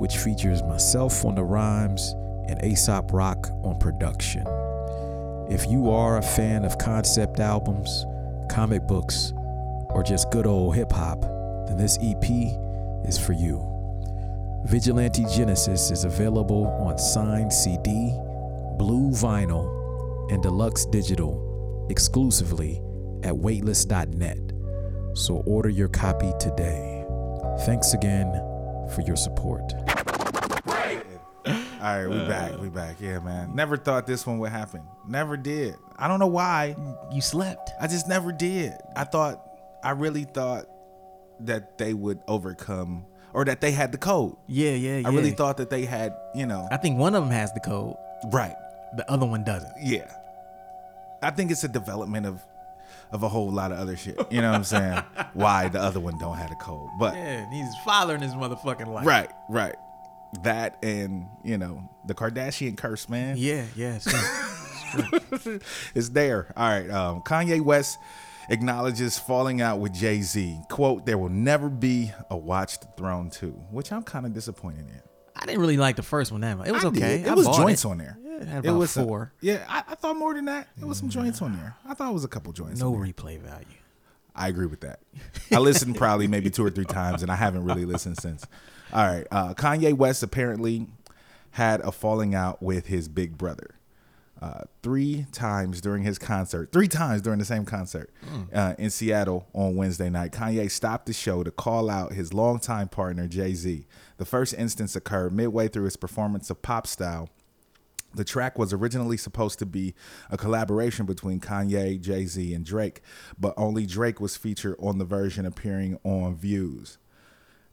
Speaker 2: which features myself on the rhymes and Aesop Rock on production. If you are a fan of concept albums, comic books, or just good old hip hop, then this EP is for you. Vigilante Genesis is available on signed CD, blue vinyl, and deluxe digital exclusively at waitlist.net. So order your copy today. Thanks again for your support.
Speaker 1: All right, we
Speaker 2: Uh.
Speaker 1: back. We back. Yeah, man. Never thought this one would happen. Never did. I don't know why.
Speaker 2: You slept.
Speaker 1: I just never did. I thought, I really thought that they would overcome or that they had the code.
Speaker 2: Yeah, yeah,
Speaker 1: I
Speaker 2: yeah.
Speaker 1: really thought that they had, you know,
Speaker 2: I think one of them has the code,
Speaker 1: right.
Speaker 2: the other one doesn't.
Speaker 1: Yeah. I think it's a development of of a whole lot of other shit. You know what I'm
Speaker 2: [LAUGHS]
Speaker 1: saying? Why the other one don't have a code. But
Speaker 2: Yeah, he's fathering his motherfucking life.
Speaker 1: right, right. That and, you know, the Kardashian curse, man.
Speaker 2: Yeah, yeah. [LAUGHS]
Speaker 1: It's there. All right. Um, Kanye West acknowledges falling out with Jay Z. Quote, there will never be a Watch the Throne 2, which I'm kind of disappointed in.
Speaker 2: I didn't really like the first one that much. It was
Speaker 1: I did.
Speaker 2: okay.
Speaker 1: It
Speaker 2: I
Speaker 1: was
Speaker 2: bought
Speaker 1: joints
Speaker 2: it.
Speaker 1: on there.
Speaker 2: Yeah, it had about
Speaker 1: was a-
Speaker 2: four.
Speaker 1: yeah, I, I thought more than that. It was some joints on there. I thought it was a couple joints.
Speaker 2: no
Speaker 1: on there.
Speaker 2: replay value.
Speaker 1: I agree with that. I listened probably maybe two or three times, and I haven't really listened since. All right, uh, Kanye West apparently had a falling out with his big brother uh, three times during his concert. Three times during the same concert uh, in Seattle on Wednesday night. Kanye stopped the show to call out his longtime partner Jay Z. The first instance occurred midway through his performance of Pop Style. The track was originally supposed to be a collaboration between Kanye, Jay Z, and Drake, but only Drake was featured on the version appearing on Views.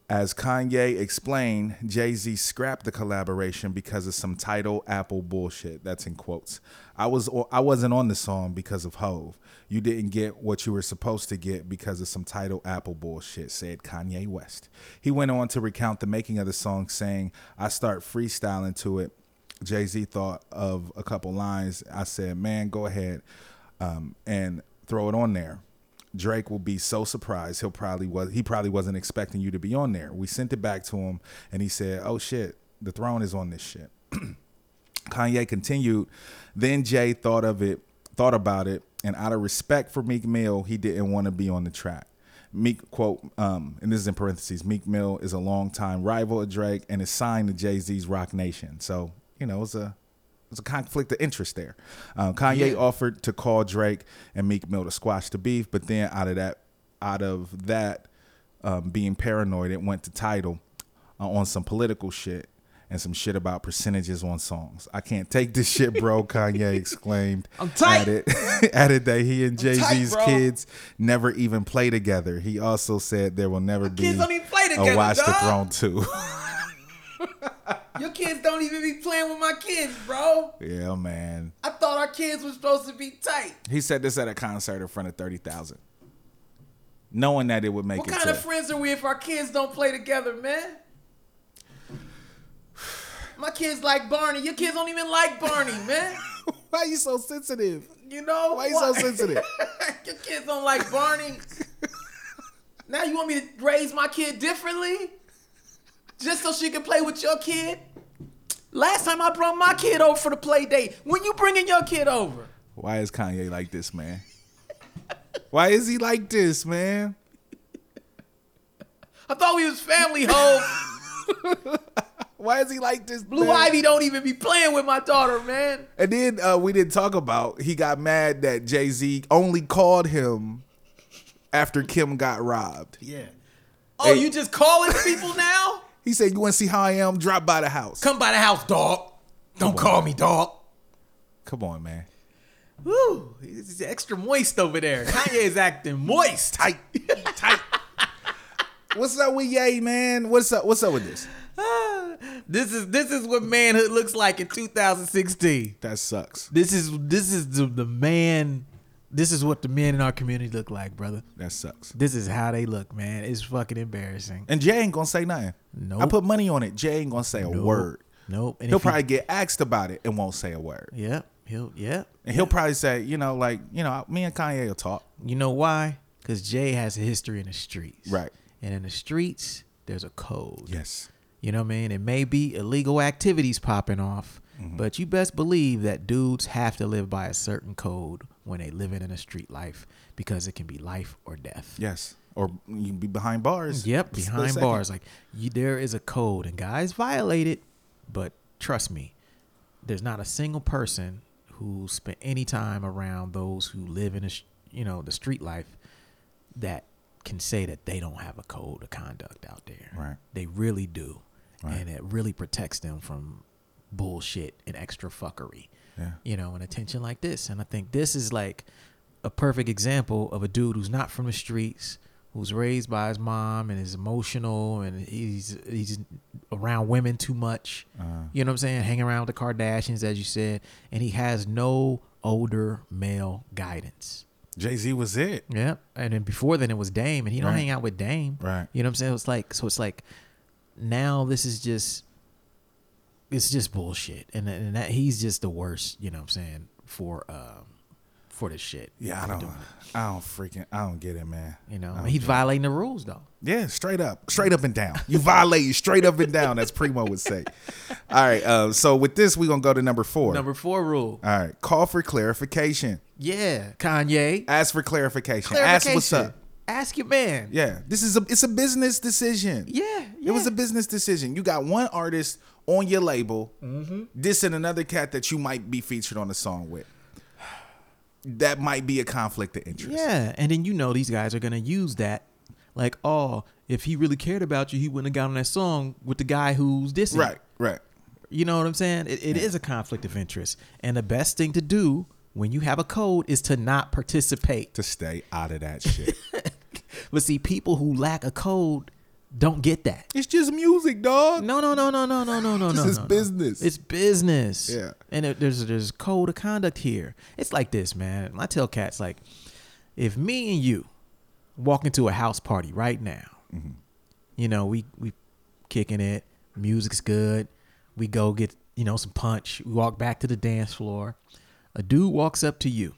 Speaker 1: As Kanye explained, Jay Z scrapped the collaboration because of some title Apple bullshit. That's in quotes. I was I wasn't on the song because of Hove. You didn't get what you were supposed to get because of some title Apple bullshit, said Kanye West. He went on to recount the making of the song, saying, "I start freestyling to it. Jay Z thought of a couple lines. I said, "Man, go ahead um, and throw it on there." Drake will be so surprised. He'll probably was he probably wasn't expecting you to be on there. We sent it back to him, and he said, "Oh shit, the throne is on this shit." Kanye continued. Then Jay thought of it, thought about it, and out of respect for Meek Mill, he didn't want to be on the track. Meek quote, um, and this is in parentheses. Meek Mill is a longtime rival of Drake and is signed to Jay Z's Rock Nation. So you know it's a it's a conflict of interest there. Um, Kanye offered to call Drake and Meek Mill to squash the beef, but then out of that, out of that, um, being paranoid, it went to title uh, on some political shit and some shit about percentages on songs. I can't take this shit, bro. Kanye exclaimed.
Speaker 2: I'm tight.
Speaker 1: [LAUGHS] Added, added that he and Jay Z's
Speaker 2: bro.
Speaker 1: kids never even play together. He also said there will never be
Speaker 2: kids don't even play
Speaker 1: a
Speaker 2: together,
Speaker 1: Watch the Throne
Speaker 2: dog.
Speaker 1: two.
Speaker 2: Your kids don't even be playing with my kids, bro.
Speaker 1: [LAUGHS] yeah, man.
Speaker 2: I thought our kids were supposed to be tight.
Speaker 1: He said this at a concert in front of thirty thousand, knowing that it would make it. to-
Speaker 2: friends are we if our kids don't play together, man? My kids like Barney. Your kids don't even
Speaker 1: [LAUGHS]
Speaker 2: like Barney, man.
Speaker 1: Why are you so sensitive?
Speaker 2: You know
Speaker 1: Why are you so sensitive?
Speaker 2: [LAUGHS] Your kids don't like Barney. now you want me to raise my kid differently? Just so she can play with your kid? Last time I brought my kid over for the play date. When you bringing your kid over?
Speaker 1: [LAUGHS] Why is Kanye like this, man? Why is he like this, man?
Speaker 2: I thought we was family
Speaker 1: [LAUGHS]
Speaker 2: ho.
Speaker 1: Why is he like this?
Speaker 2: Blue
Speaker 1: man?
Speaker 2: Ivy don't even be playing with my daughter, man.
Speaker 1: And then uh, we didn't talk about he got mad that Jay Z only called him after Kim got robbed.
Speaker 2: Yeah. Oh,
Speaker 1: Hey.
Speaker 2: you just calling [LAUGHS] people now?
Speaker 1: He said, "You want to see how I am? Drop by the house."
Speaker 2: Come by the house, dog. Don't call me, dog.
Speaker 1: Come on, man.
Speaker 2: Woo, it's extra moist over there. Kanye is acting moist.
Speaker 1: Tight, tight. What's up with Ye, man? What's up? What's up with this?
Speaker 2: Ah, This is this is what manhood looks like in 2016.
Speaker 1: That sucks.
Speaker 2: This is this is the, the man. This is what the men in our community look like, brother.
Speaker 1: That sucks.
Speaker 2: This is how they look, man. It's fucking embarrassing.
Speaker 1: And Jay ain't gonna say nothing. No,
Speaker 2: Nope.
Speaker 1: I put money on it. Jay ain't gonna say a
Speaker 2: Nope.
Speaker 1: word.
Speaker 2: Nope. And
Speaker 1: He'll
Speaker 2: if you-
Speaker 1: probably get asked about it and won't say a word.
Speaker 2: Yep. He'll. Yep.
Speaker 1: And he'll probably say, you know, like, you know, me and Kanye will talk.
Speaker 2: You know why? Because Jay has a history in the streets.
Speaker 1: Right.
Speaker 2: And in the streets, there's a code.
Speaker 1: Yes.
Speaker 2: You know what I mean? It may be illegal activities popping off,
Speaker 1: Mm-hmm.
Speaker 2: but you best believe that dudes have to live by a certain code when they living in a street life because it can be life or death.
Speaker 1: Yes. Or you can be behind bars.
Speaker 2: Yep,
Speaker 1: Split
Speaker 2: behind
Speaker 1: second.
Speaker 2: bars. Like you, there is a code, and guys violate it. But trust me, there's not a single person who spent any time around those who live in a, sh- you know, the street life that can say that they don't have a code of conduct out there.
Speaker 1: Right.
Speaker 2: They really do, and it really protects them from bullshit and extra fuckery.
Speaker 1: Yeah.
Speaker 2: You know, and attention like this, and I think this is like a perfect example of a dude who's not from the streets, who's raised by his mom and is emotional and he's he's around women too much.
Speaker 1: Uh-huh.
Speaker 2: You know what I'm saying? Hanging around with the Kardashians, as you said, and he has no older male guidance.
Speaker 1: Jay Z was it.
Speaker 2: Yeah. And then before then it was Dame and he don't
Speaker 1: Right.
Speaker 2: hang out with Dame.
Speaker 1: Right.
Speaker 2: You know what I'm saying? It's like so it's like now this is just it's just bullshit. And and that he's just the worst, you know what I'm saying, for um for this shit.
Speaker 1: Yeah, Oh, I don't. I don't freaking. I don't get it, man.
Speaker 2: You know,
Speaker 1: I don't
Speaker 2: he's
Speaker 1: get it.
Speaker 2: violating the rules though.
Speaker 1: Yeah, straight up, straight up and down. You violate straight up and down, as Primo would say. All right. Uh, so with this, we're gonna go to number four.
Speaker 2: Number four rule.
Speaker 1: All right. Call for clarification.
Speaker 2: Yeah, Kanye.
Speaker 1: Ask for clarification. Ask what's
Speaker 2: Clarification.
Speaker 1: up.
Speaker 2: Ask your man.
Speaker 1: Yeah, this is a it's a business decision.
Speaker 2: Yeah,
Speaker 1: It was a
Speaker 2: yeah.
Speaker 1: business decision. You got one artist on your label,
Speaker 2: Mm-hmm.
Speaker 1: this and another cat that you might be featured on a song with. That might be a conflict of interest.
Speaker 2: Yeah, and then you know these guys are gonna use that, like, oh, if he really cared about you, he wouldn't have got on that song with the guy who's dissing.
Speaker 1: Right, right.
Speaker 2: You know what I'm saying? It, it is a conflict of interest, and the best thing to do when you have a code is to not participate.
Speaker 1: To stay out of that shit. [LAUGHS]
Speaker 2: But see, people who lack a code don't get that.
Speaker 1: it's just music, dog.
Speaker 2: No, no, no, no, no, no, no, no, no.
Speaker 1: This is
Speaker 2: no, no.
Speaker 1: business.
Speaker 2: It's business.
Speaker 1: Yeah.
Speaker 2: And it, there's there's code of conduct here. It's like this, man. I tell cats like, if me and you walk into a house party right now,
Speaker 1: Mm-hmm.
Speaker 2: you know we we kicking it, music's good. We go get you know some punch. We walk back to the dance floor. A dude walks up to you,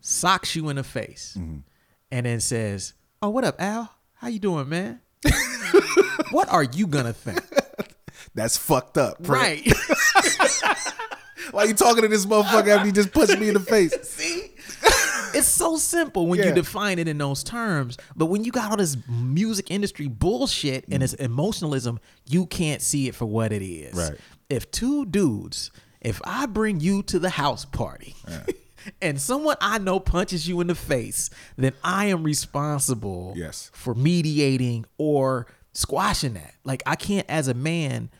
Speaker 2: socks you in the face,
Speaker 1: Mm-hmm.
Speaker 2: and then says, "Oh, what up, Al? How you doing, man?"
Speaker 1: [LAUGHS]
Speaker 2: what are you gonna think?
Speaker 1: That's fucked up. Prince.
Speaker 2: Right. [LAUGHS]
Speaker 1: Why you talking to this motherfucker after he just punched me in the
Speaker 2: [LAUGHS]
Speaker 1: face?
Speaker 2: See? It's so simple when you
Speaker 1: Yeah.
Speaker 2: define it in those terms. But when you got all this music industry bullshit and it's emotionalism, you can't see it for what it is.
Speaker 1: Right.
Speaker 2: If two dudes, if I bring you to the house party [LAUGHS] and someone I know punches you in the face, then I am responsible
Speaker 1: Yes.
Speaker 2: for mediating or squashing that. Like I can't as a man,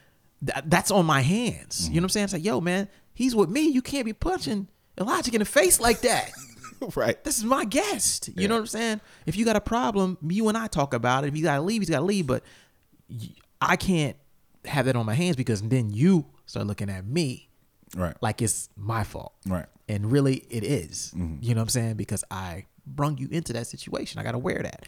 Speaker 2: th- that's on my hands. You know what I'm saying? It's like, yo, man, he's with me. You can't be punching Logic in the face like that.
Speaker 1: right.
Speaker 2: This is my guest. You know what I'm saying? If you got a problem, you and I talk about it. If you gotta leave, he's gotta leave. But y- I can't have that on my hands because then you start looking at me
Speaker 1: Right.
Speaker 2: like it's my fault.
Speaker 1: Right. Mm-hmm.
Speaker 2: And really, it is. You know what I'm saying? Because I brung you into that situation. I got to wear that.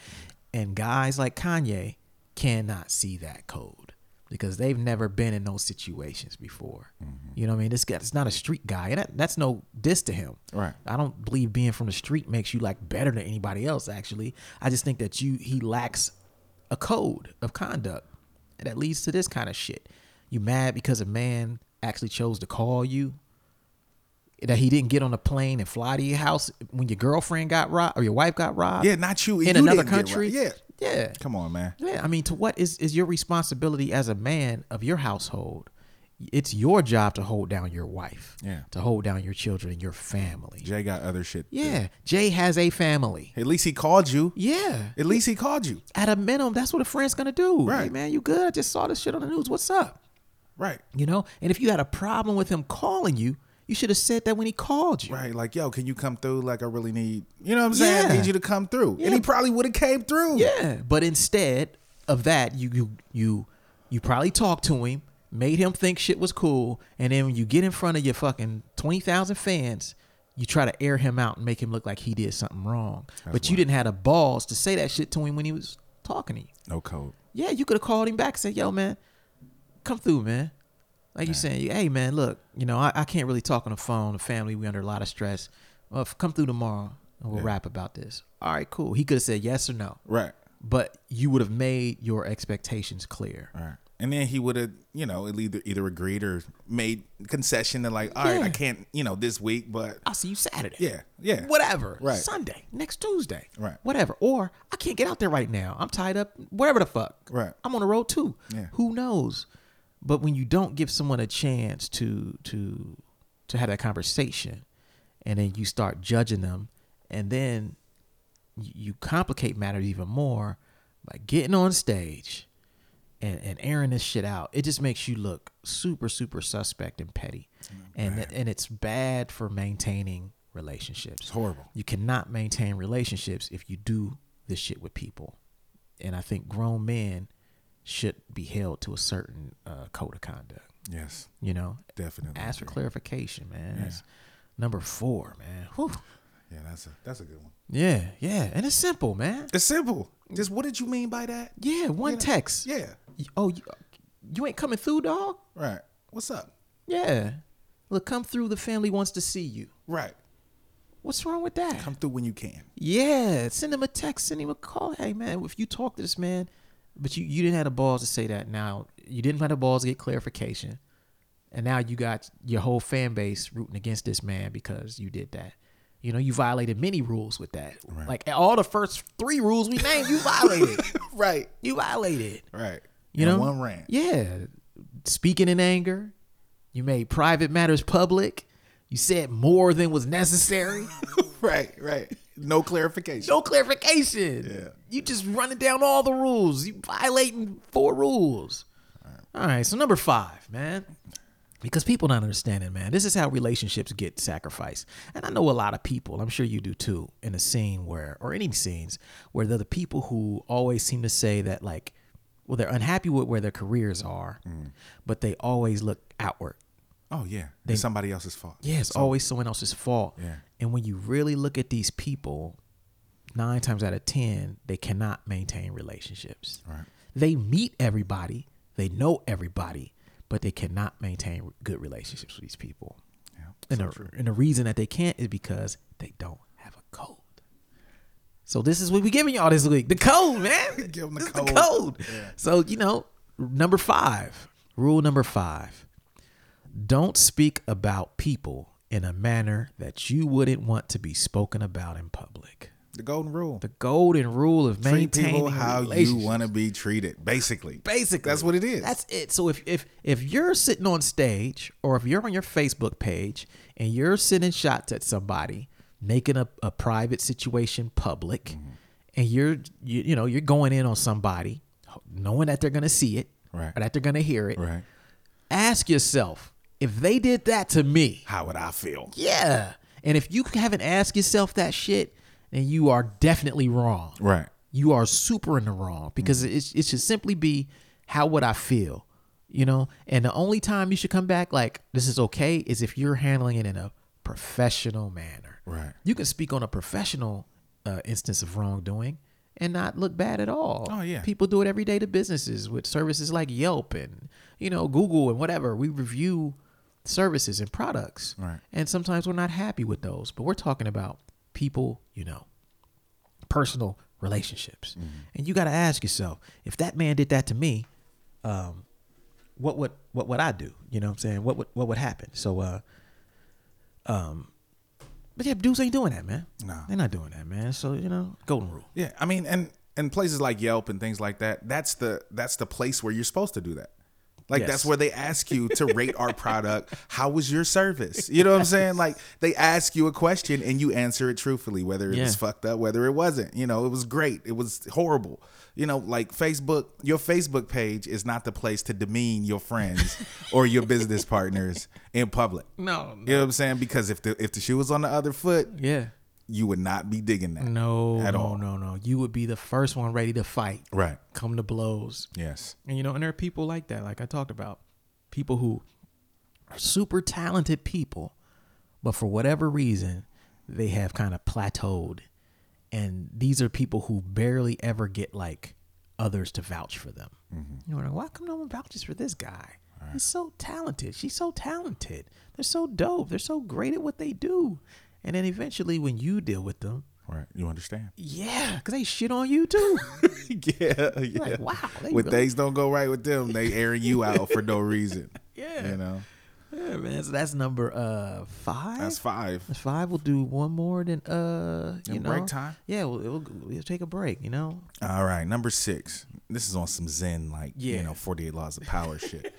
Speaker 2: And guys like Kanye cannot see that code because they've never been in those situations before.
Speaker 1: Mm-hmm.
Speaker 2: You know what I mean? This guy, it's not a street guy. And that, that's no diss to him.
Speaker 1: Right.
Speaker 2: I don't believe being from the street makes you like better than anybody else, actually. I just think that you, he lacks a code of conduct that leads to this kind of shit. You mad because a man actually chose to call you that he didn't get on a plane and fly to your house when your girlfriend got robbed or your wife got robbed.
Speaker 1: Yeah, not you. You
Speaker 2: in another
Speaker 1: didn't get
Speaker 2: country.
Speaker 1: robbed.
Speaker 2: yeah, yeah.
Speaker 1: Come on, man.
Speaker 2: Yeah, I mean, to what is is your responsibility as a man of your household? It's your job to hold down your wife.
Speaker 1: Yeah.
Speaker 2: To hold down your children and your family.
Speaker 1: Jay got other shit.
Speaker 2: yeah. Jay has a family.
Speaker 1: At least he called you.
Speaker 2: Yeah.
Speaker 1: At least he called you.
Speaker 2: At a minimum, that's what a friend's gonna do. Hey,
Speaker 1: Right.
Speaker 2: man, you good? I just saw this shit on the news. What's up?
Speaker 1: Right.
Speaker 2: You know? And if you had a problem with him calling you, you should have said that when he called you.
Speaker 1: Right, like yo, can you come through? Like I really need, you know what I'm saying? I
Speaker 2: Yeah.
Speaker 1: need you to come through, and he probably would have came through.
Speaker 2: Yeah, but instead of that, you you you you probably talked to him, made him think shit was cool, and then when you get in front of your fucking twenty thousand fans, you try to air him out and make him look like he did something wrong. but you didn't have the balls to say that shit to him when he was talking to you.
Speaker 1: No code.
Speaker 2: Yeah, you could have called him back and said, "Yo, man, come through, man." Like you saying, "Hey, man, look, you know, I, I can't really talk on the phone. The family, we under a lot of stress. Well, if, come through tomorrow, and we'll rap about this." All right, cool. He could have said yes or no,
Speaker 1: Right.
Speaker 2: but you would have made your expectations clear.
Speaker 1: Right. And then he would have, you know, either either agreed or made concession to like, all right,
Speaker 2: Yeah.
Speaker 1: I can't, you know, this week, but
Speaker 2: I'll see you Saturday.
Speaker 1: yeah, yeah,
Speaker 2: Whatever.
Speaker 1: Right.
Speaker 2: Sunday, next Tuesday.
Speaker 1: Right.
Speaker 2: Whatever. Or I can't get out there right now. I'm tied up, whatever the fuck.
Speaker 1: Right.
Speaker 2: I'm on the road too.
Speaker 1: Yeah.
Speaker 2: Who knows? But when you don't give someone a chance to to to have that conversation and then you start judging them and then you- you complicate matters even more by getting on stage and, and airing this shit out, it just makes you look super, super suspect and petty.
Speaker 1: Mm-hmm.
Speaker 2: And it- and it's bad for maintaining relationships. It's
Speaker 1: horrible.
Speaker 2: You cannot maintain relationships if you do this shit with people. And I think grown men should be held to a certain uh, code of conduct.
Speaker 1: yes,
Speaker 2: You know,
Speaker 1: definitely.
Speaker 2: ask for
Speaker 1: agree.
Speaker 2: clarification, man. That's number four, man. Whew.
Speaker 1: Yeah, that's a that's a good one.
Speaker 2: Yeah, yeah, and it's simple, man.
Speaker 1: It's simple. Just what did you mean by that?
Speaker 2: Yeah, one text.
Speaker 1: Yeah,
Speaker 2: Y- Oh, you, you ain't coming through, dog?
Speaker 1: right. What's up?
Speaker 2: Yeah. Look, come through. The family wants to see you.
Speaker 1: Right.
Speaker 2: What's wrong with that?
Speaker 1: Come through when you can.
Speaker 2: Yeah, send him a text, send him a call. Hey, man, if you talk to this man, but you, you didn't have the balls to say that. Now you didn't have the balls to get clarification, and now you got your whole fan base rooting against this man because you did that. You know, you violated many rules with that. Like all the first three rules we named, you violated.
Speaker 1: [LAUGHS] Right.
Speaker 2: you violated.
Speaker 1: Right.
Speaker 2: You
Speaker 1: In
Speaker 2: know,
Speaker 1: one rant.
Speaker 2: Yeah, speaking in anger, you made private matters public. You said more than was necessary.
Speaker 1: [LAUGHS]
Speaker 2: [LAUGHS]
Speaker 1: Right. Right. No clarification.
Speaker 2: No clarification.
Speaker 1: Yeah.
Speaker 2: You just running down all the rules. You violating four rules. All right, so number five, man. Because people not understanding, man. This is how relationships get sacrificed. And I know a lot of people, I'm sure you do too, in a scene where or any scenes where they're the people who always seem to say that like well, they're unhappy with where their careers are, but they always look outward.
Speaker 1: Oh yeah. it's somebody else's fault.
Speaker 2: Yeah, it's always someone else's fault.
Speaker 1: Yeah.
Speaker 2: And when you really look at these people, nine times out of ten, they cannot maintain relationships. Right. They meet everybody, they know everybody, but they cannot maintain good relationships with these people.
Speaker 1: Yeah.
Speaker 2: And, the, and the reason that they can't is because they don't have a code. So this is what we giving y'all this week. The code, man.
Speaker 1: [LAUGHS] Give 'em the
Speaker 2: This is
Speaker 1: code.
Speaker 2: So, you know, number five, rule number five. Don't speak about people in a manner that you wouldn't want to be spoken about in public.
Speaker 1: The golden rule.
Speaker 2: The golden rule of
Speaker 1: Treat
Speaker 2: maintaining
Speaker 1: people how you
Speaker 2: relationships.
Speaker 1: want to be treated. Basically.
Speaker 2: Basically,
Speaker 1: That's what it is.
Speaker 2: That's it. So if if if you're sitting on stage or if you're on your Facebook page and you're sending shots at somebody, making a, a private situation public,
Speaker 1: Mm-hmm.
Speaker 2: and you're you, you know you're going in on somebody, knowing that they're gonna see it
Speaker 1: Right.
Speaker 2: or that they're gonna hear it.
Speaker 1: right.
Speaker 2: Ask yourself if they did that to me.
Speaker 1: How would I feel?
Speaker 2: Yeah. And if you haven't asked yourself that shit, then you are definitely wrong.
Speaker 1: Right.
Speaker 2: You are super in the wrong because it's it, should simply be how would I feel? You know? And the only time you should come back like this is okay is if you're handling it in a professional manner.
Speaker 1: Right.
Speaker 2: You can speak on a professional uh, instance of wrongdoing and not look bad at all.
Speaker 1: Oh, yeah.
Speaker 2: People do it every day to businesses with services like Yelp and you know Google and whatever. We review services and products,
Speaker 1: Right.
Speaker 2: and sometimes we're not happy with those. But we're talking about people, you know, personal relationships,
Speaker 1: Mm-hmm.
Speaker 2: and you got to ask yourself if that man did that to me, um, what would what would I do? You know what I'm saying? What would what would happen? So, uh, um, but yeah, dudes ain't doing that, man.
Speaker 1: No.
Speaker 2: they're not doing that, man. So you know, golden rule.
Speaker 1: Yeah, I mean, and and places like Yelp and things like that. That's the that's the place where you're supposed to do that. Like
Speaker 2: Yes.
Speaker 1: that's where they ask you to rate our product. How was your service? You know what I'm saying? Like they ask you a question and you answer it truthfully, whether it
Speaker 2: Yeah.
Speaker 1: was fucked up, whether it wasn't. You know, it was great, it was horrible. You know, like Facebook, your Facebook page is not the place to demean your
Speaker 2: [LAUGHS]
Speaker 1: friends or your business partners in public.
Speaker 2: No,
Speaker 1: You know what I'm saying? Because if the if the shoe was on the other foot,
Speaker 2: yeah.
Speaker 1: you would not be digging that.
Speaker 2: No,
Speaker 1: At
Speaker 2: no,
Speaker 1: all.
Speaker 2: no, no. You would be the first one ready to fight.
Speaker 1: Right.
Speaker 2: Come to blows.
Speaker 1: Yes.
Speaker 2: And you know, and there are people like that, like I talked about. people who are super talented people, but for whatever reason, they have kind of plateaued. And these are people who barely ever get like others to vouch for them. You know, like, why come no one vouches for this guy? He's so talented. She's so talented. They're so dope. They're so great at what they do. And then eventually, when you deal with them,
Speaker 1: Right. You understand?
Speaker 2: yeah, because they shit on you too.
Speaker 1: [LAUGHS] yeah. Yeah.
Speaker 2: like, wow, they
Speaker 1: when
Speaker 2: really-
Speaker 1: things don't go right with them, they airing you out for no reason.
Speaker 2: [LAUGHS] Yeah.
Speaker 1: You know?
Speaker 2: yeah, man. So that's number uh five.
Speaker 1: That's five.
Speaker 2: That's five. We'll do one more. Then uh, you
Speaker 1: And
Speaker 2: know,
Speaker 1: break time?
Speaker 2: Yeah, we'll, we'll, we'll take a break. You know,
Speaker 1: All right, number six. This is on some Zen, like
Speaker 2: Yeah.
Speaker 1: you know, forty eight laws of power shit.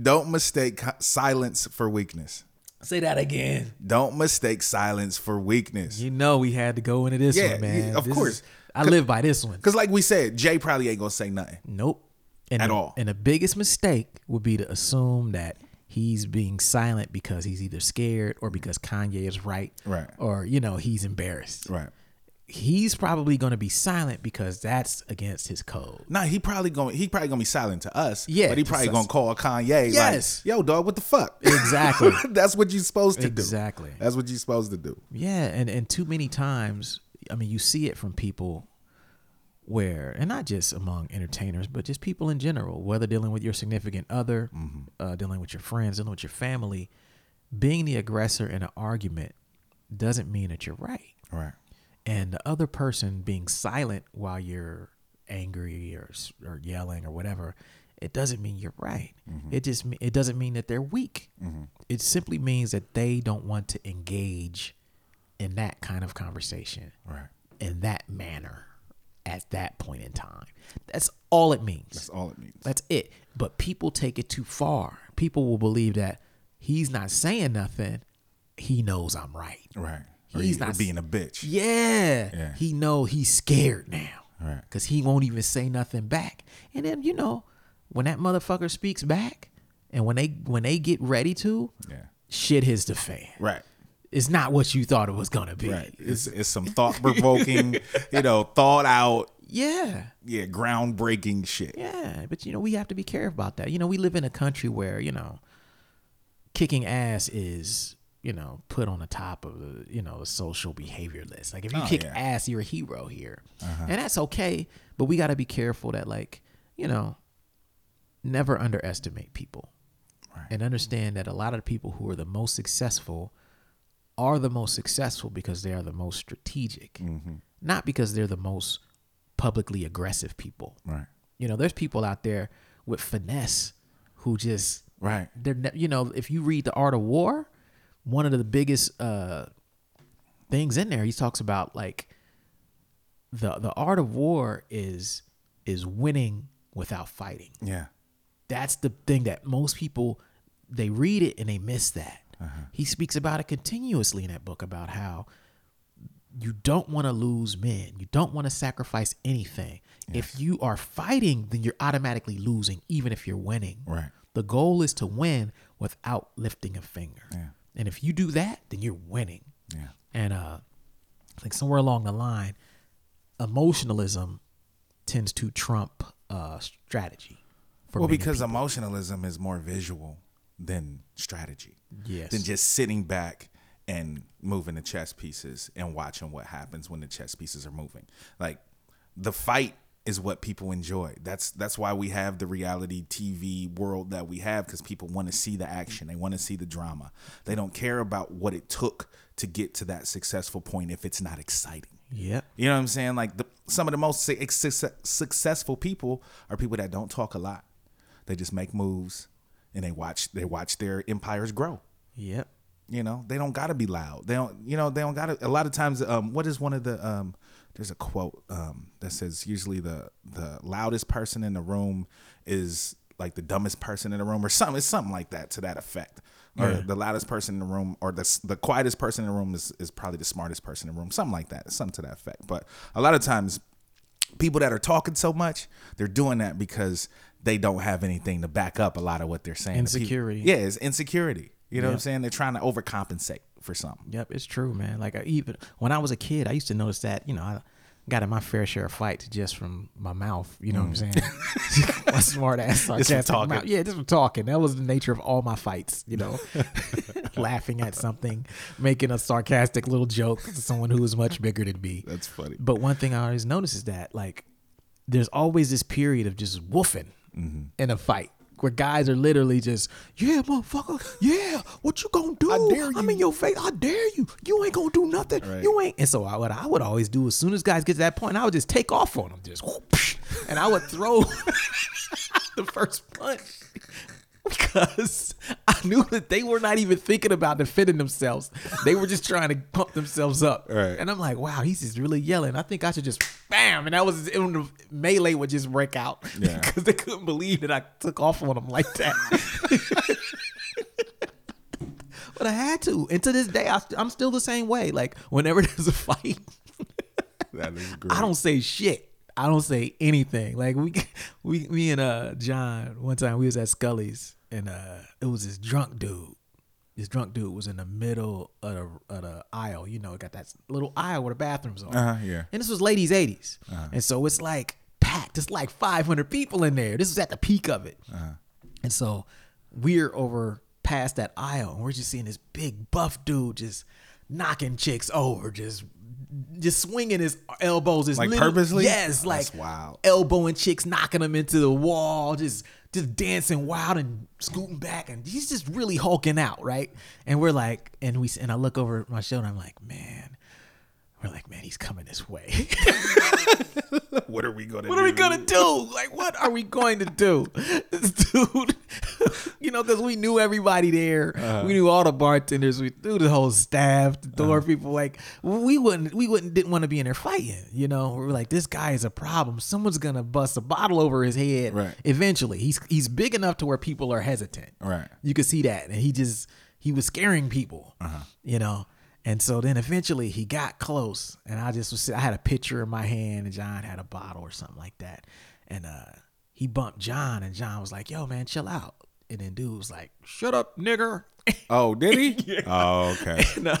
Speaker 1: Don't mistake co- silence for weakness.
Speaker 2: [LAUGHS] say that again.
Speaker 1: Don't mistake silence for weakness.
Speaker 2: You know, we had to go into this
Speaker 1: Yeah,
Speaker 2: one, man.
Speaker 1: yeah, of
Speaker 2: This is-
Speaker 1: course.
Speaker 2: I live by this one.
Speaker 1: Because, like we said, Jay probably ain't gonna say nothing.
Speaker 2: Nope. And
Speaker 1: At
Speaker 2: the-
Speaker 1: all.
Speaker 2: And the biggest mistake would be to assume that he's being silent because he's either scared or because Kanye is right.
Speaker 1: Right.
Speaker 2: Or, you know, he's embarrassed.
Speaker 1: Right.
Speaker 2: He's probably going to be silent because that's against his code.
Speaker 1: Nah, he probably gonna he probably gonna be silent to us.
Speaker 2: Yeah,
Speaker 1: but he
Speaker 2: to
Speaker 1: probably
Speaker 2: us.
Speaker 1: gonna call Kanye.
Speaker 2: Yes.
Speaker 1: like, yo, dog, what the fuck?
Speaker 2: Exactly.
Speaker 1: That's what you supposed [LAUGHS] to do.
Speaker 2: Exactly.
Speaker 1: That's what you supposed to do.
Speaker 2: yeah. And, and too many times, I mean, you see it from people where, and not just among entertainers, but just people in general, whether dealing with your significant other, uh, dealing with your friends, dealing with your family, being the aggressor in an argument doesn't mean that you're right.
Speaker 1: Right.
Speaker 2: And the other person being silent while you're angry or s- or yelling or whatever, it doesn't mean you're right.
Speaker 1: Mm-hmm.
Speaker 2: It just me- it doesn't mean that they're weak. It simply means that they don't want to engage in that kind of conversation
Speaker 1: Right.
Speaker 2: in that manner at that point in time. That's all it means.
Speaker 1: That's all it means.
Speaker 2: That's it. But people take it too far. People will believe that he's not saying nothing. He knows I'm right.
Speaker 1: Right. Or
Speaker 2: He's
Speaker 1: you- or
Speaker 2: not-
Speaker 1: being a bitch.
Speaker 2: Yeah.
Speaker 1: Yeah.
Speaker 2: He know he's scared now.
Speaker 1: Right.
Speaker 2: Cause he won't even say nothing back. And then you know, when that motherfucker speaks back, and when they when they get ready to,
Speaker 1: Yeah.
Speaker 2: shit hits the fan.
Speaker 1: Right.
Speaker 2: It's not what you thought it was gonna be.
Speaker 1: Right. It's it's some thought
Speaker 2: [LAUGHS]
Speaker 1: provoking, you know, thought out,
Speaker 2: Yeah.
Speaker 1: yeah, groundbreaking shit.
Speaker 2: Yeah, but you know, we have to be careful about that. You know, we live in a country where, you know, kicking ass is, you know, put on the top of the, you know, the social behavior list. Like if you
Speaker 1: Oh,
Speaker 2: kick
Speaker 1: yeah. Uh-huh.
Speaker 2: ass, you're a hero here. And that's okay, but we got to be careful that like, you know, never underestimate people.
Speaker 1: Right.
Speaker 2: And understand that a lot of the people who are the most successful are the most successful because they are the most strategic,
Speaker 1: Mm-hmm.
Speaker 2: not because they're the most publicly aggressive people.
Speaker 1: Right.
Speaker 2: You know, there's people out there with finesse who just
Speaker 1: Right.
Speaker 2: they're ne- you know, if you read the Art of War, one of the biggest uh things in there, he talks about like the the art of war is is winning without fighting.
Speaker 1: Yeah.
Speaker 2: That's the thing that most people they read it and they miss that.
Speaker 1: Uh-huh.
Speaker 2: He speaks about it continuously in that book about how you don't want to lose men. You don't want to sacrifice anything. If you are fighting, then you're automatically losing, even if you're winning.
Speaker 1: Right.
Speaker 2: The goal is to win without lifting a finger.
Speaker 1: Yeah.
Speaker 2: And if you do that, then you're winning.
Speaker 1: Yeah.
Speaker 2: And uh, like somewhere along the line, emotionalism tends to trump uh, strategy. For
Speaker 1: Well,
Speaker 2: many
Speaker 1: because emotionalism is more visual than strategy.
Speaker 2: Yes.
Speaker 1: Than just sitting back and moving the chess pieces and watching what happens when the chess pieces are moving. Like the fight is what people enjoy. That's that's why we have the reality TV world that we have cuz people want to see the action. They want to see the drama. They don't care about what it took to get to that successful point if it's not exciting.
Speaker 2: Yep.
Speaker 1: You know what I'm saying? Like the, some of the most su- success- successful people are people that don't talk a lot. They just make moves and they watch they watch their empires grow.
Speaker 2: Yep.
Speaker 1: You know, they don't gotta be loud. They don't. You know, they don't gotta. A lot of times, um, what is one of the um, there's a quote um that says usually the the loudest person in the room is like the dumbest person in the room or something. It's something like that to that effect. Or the loudest person in the room, or the s- the quietest person in the room is is probably the smartest person in the room. Something like that. Something to that effect. But a lot of times, people that are talking so much, they're doing that because they don't have anything to back up a lot of what they're saying. The peop-
Speaker 2: Insecurity.
Speaker 1: Yeah, it's insecurity. You know what I'm
Speaker 2: Yeah.
Speaker 1: saying? They're trying to overcompensate for something.
Speaker 2: Yep, it's true, man. Like I even when I was a kid, I used to notice that. You know, I got in my fair share of fights just from my mouth. You know what I'm saying? [LAUGHS] my smart
Speaker 1: Mm. [LAUGHS]
Speaker 2: ass
Speaker 1: Just from
Speaker 2: sarcastic
Speaker 1: talking.
Speaker 2: mouth. Yeah, just from talking. That was the nature of all my fights. You
Speaker 1: [LAUGHS]
Speaker 2: know, [LAUGHS] laughing at something, making a sarcastic little joke to someone who is much bigger than me.
Speaker 1: That's funny.
Speaker 2: But one thing I always notice is that like there's always this period of just woofing
Speaker 1: Mm-hmm.
Speaker 2: in a fight. Where guys are literally just, yeah, motherfucker, yeah, what you gonna do?
Speaker 1: I dare
Speaker 2: I'm
Speaker 1: you."
Speaker 2: in your face. I dare you. You ain't gonna do nothing.
Speaker 1: Right.
Speaker 2: You ain't. And so I, what I would always do as soon as guys get to that point, I would just take off on them, just, whoop, psh, and I would throw the first punch because I knew that they were not even thinking about defending themselves. They were just trying to pump themselves up.
Speaker 1: Right.
Speaker 2: And I'm like, wow, he's just really yelling. I think I should just bam. And that was and the melee would just break out [LAUGHS]
Speaker 1: Yeah.
Speaker 2: because they couldn't believe that I took off on them like that. [LAUGHS] but I had to. And to this day, I, st- I'm still the same way. Like whenever [LAUGHS] there's a fight,
Speaker 1: [LAUGHS] That is great.
Speaker 2: I don't say shit. I don't say anything. Like we, [LAUGHS] we, me and uh John one time we was at Scully's and uh it was this drunk dude. This drunk dude was in the middle of the, of the aisle. You know, it got that little aisle where the bathrooms are.
Speaker 1: Uh-huh, yeah.
Speaker 2: And this was ladies' 80s,
Speaker 1: Uh-huh.
Speaker 2: and so it's like packed. It's like 500 people in there. This was at the peak of it.
Speaker 1: Uh-huh.
Speaker 2: And so we're over past that aisle and we're just seeing this big buff dude just knocking chicks over, just just swinging his elbows, just
Speaker 1: Like
Speaker 2: literally-
Speaker 1: purposely?
Speaker 2: Yes, like
Speaker 1: That's wild.
Speaker 2: elbowing chicks, knocking them into the wall, just just dancing wild and scooting back, and he's just really hulking out, right? And we're like, and we and I look over at my shoulder, I'm like, man. We're like, man, he's coming this way. [LAUGHS]
Speaker 1: What are we gonna
Speaker 2: What are we gonna do? Like, what are we going to do? This dude, [LAUGHS] you know, because we knew everybody there. We knew all the bartenders. We knew the whole staff, the door people. Like, we wouldn't, we wouldn't, didn't want to be in there fighting. You know, we were like, this guy is a problem. Someone's gonna bust a bottle over his head.
Speaker 1: Right.
Speaker 2: Eventually, he's he's big enough to where people are hesitant.
Speaker 1: Right.
Speaker 2: You could see that, and he just he was scaring people. You know. And so then eventually he got close, and I just was sit- I had a pitcher in my hand, and John had a bottle or something like that, and uh, he bumped John, and John was like, "Yo, man, chill out." And then dude was like, "Shut up, nigger."
Speaker 1: Oh, did [LAUGHS] he? Oh, okay.
Speaker 2: [LAUGHS] And, uh,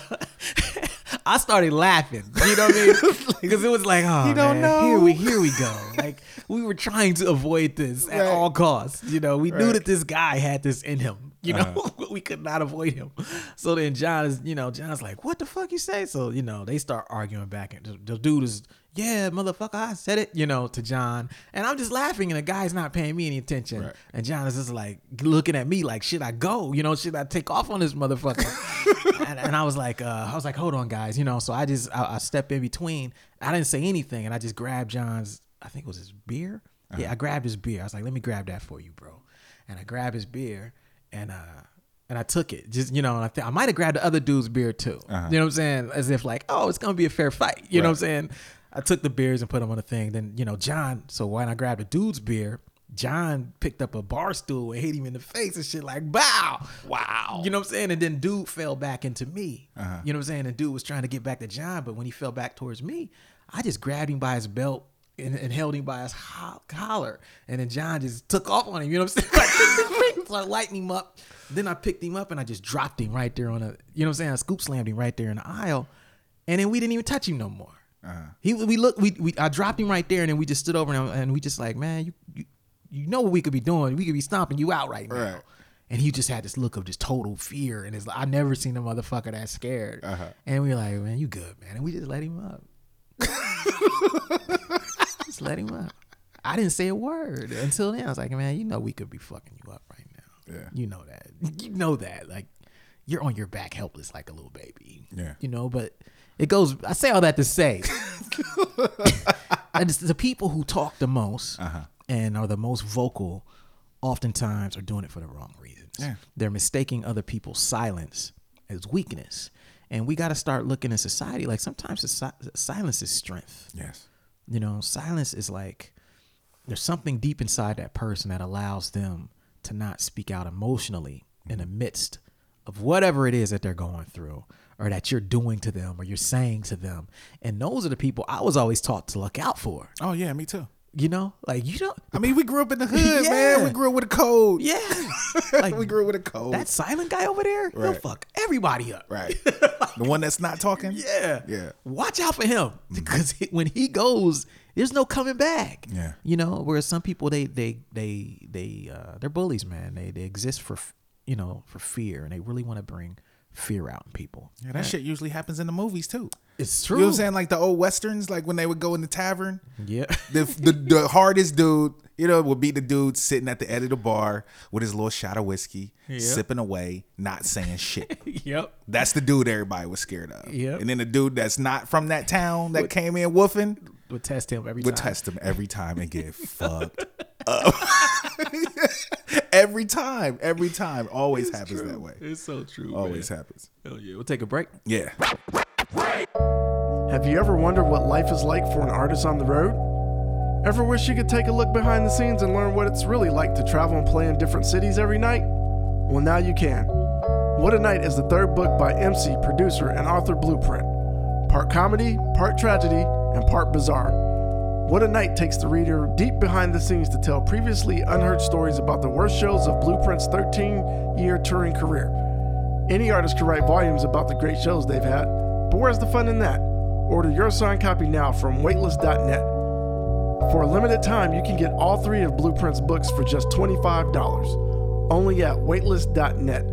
Speaker 2: I started laughing. You know what I mean?
Speaker 1: [LAUGHS]
Speaker 2: Because it was like, oh,
Speaker 1: don't
Speaker 2: man,
Speaker 1: know."
Speaker 2: here we here we go. Like we were trying to avoid this at
Speaker 1: Right.
Speaker 2: all costs. You know, we knew
Speaker 1: Right.
Speaker 2: that this guy had this in him. You know, [LAUGHS] we could not avoid him. So then John is, you know, John's like, "What the fuck you say?" So you know, they start arguing back, and the, the dude is, "Yeah, motherfucker, I said it," you know, to John, and I'm just laughing, and the guy's not paying me any attention,
Speaker 1: Right.
Speaker 2: and John is just like looking at me like, should I go? You know, should I take off on this motherfucker? and, and I was like, uh, I was like, hold on, guys. You know, so I just I, I step in between. I didn't say anything, and I just grabbed John's. I think it was his beer. Yeah, I grabbed his beer. I was like, let me grab that for you, bro. And I grabbed his beer, and uh, and I took it. Just you know, and I think I might have grabbed the other dude's beer too. You know what I'm saying? As if like, oh, it's gonna be a fair fight. You know what I'm
Speaker 1: Right.
Speaker 2: saying? saying? I took the beers and put them on the thing. Then, you know, John, so when I grabbed a dude's beer, John picked up a bar stool and hit him in the face and shit like, bow. Wow. You know what I'm saying? And then dude fell back into me. You know what I'm saying? And dude was trying to get back to John, but when he fell back towards me, I just grabbed him by his belt and, and held him by his ho- collar. And then John just took off on him. You know [LAUGHS] what I'm saying? so I lightened him up. Then I picked him up and I just dropped him right there on a, you know what I'm saying? I scoop slammed him right there in the aisle and then we didn't even touch him no more. He we looked we, we I dropped him right there, and then we just stood over him, and we just like, man, you you, you know what we could be doing? We could be stomping you out right now.
Speaker 1: Right.
Speaker 2: And he just had this look of just total fear, and it's like, I never seen a motherfucker that scared. And we were like, man, you good, man, and we just let him up. just let him up. I didn't say a word until then. I was like, man, you know we could be fucking you up right now.
Speaker 1: Yeah.
Speaker 2: You know that. You know that. Like you're on your back helpless like a little baby.
Speaker 1: Yeah.
Speaker 2: You know, but it goes I say all that to say and it's the people who talk the most
Speaker 1: Uh-huh.
Speaker 2: and are the most vocal oftentimes are doing it for the wrong reasons.
Speaker 1: Yeah.
Speaker 2: They're mistaking other people's silence as weakness. And we got to start looking at society like sometimes the si- silence is strength.
Speaker 1: Yes.
Speaker 2: You know, silence is like there's something deep inside that person that allows them to not speak out emotionally in the midst of whatever it is that they're going through or that you're doing to them or you're saying to them. And those are the people I was always taught to look out for.
Speaker 1: Oh yeah, me too.
Speaker 2: You know, like you don't.
Speaker 1: [LAUGHS] I mean, we grew up in the hood,
Speaker 2: Yeah.
Speaker 1: man. We grew up with a code.
Speaker 2: Yeah,
Speaker 1: [LAUGHS]
Speaker 2: like
Speaker 1: we grew up with a code.
Speaker 2: that silent guy over there. He'll
Speaker 1: Right.
Speaker 2: fuck everybody up.
Speaker 1: [LAUGHS]
Speaker 2: [LAUGHS]
Speaker 1: right. the one that's not talking.
Speaker 2: Yeah.
Speaker 1: Yeah. Mm-hmm.
Speaker 2: Watch out for him because he- when he goes, there's no coming back.
Speaker 1: Yeah.
Speaker 2: You know, whereas some people they they they they uh, they're bullies, man. They they exist for f- you know for fear, and they really want to bring fear out in people.
Speaker 1: Yeah, that shit usually happens in the movies too.
Speaker 2: It's
Speaker 1: You know what I'm saying? Like the old westerns, like when they would go in the tavern.
Speaker 2: Yeah. [LAUGHS]
Speaker 1: The the, the hardest dude, you know, would be the dude sitting at the end of the bar with his little shot of whiskey, sipping away, not saying shit.
Speaker 2: yep.
Speaker 1: That's the dude everybody was scared of.
Speaker 2: Yep.
Speaker 1: And then the dude that's not from that town that came in woofing
Speaker 2: Would test him every
Speaker 1: would
Speaker 2: time.
Speaker 1: test him every time and get fucked up. [LAUGHS] every time, every time. Always happens that way.
Speaker 2: It's so true.
Speaker 1: Always happens.
Speaker 2: Hell yeah. We'll take a break.
Speaker 1: Yeah.
Speaker 4: Have you ever wondered what life is like for an artist on the road? Ever wish you could take a look behind the scenes and learn what it's really like to travel and play in different cities every night? Well, now you can. What a Night is the third book by MC, producer, and author Blueprint. Part comedy, part tragedy, and part bizarre. What a Night takes the reader deep behind the scenes to tell previously unheard stories about the worst shows of Blueprint's 13 year touring career. Any artist can write volumes about the great shows they've had, but where's the fun in that? Order your signed copy now from weightless.net. For a limited time, you can get all three of Blueprint's books for just $25, only at weightless.net.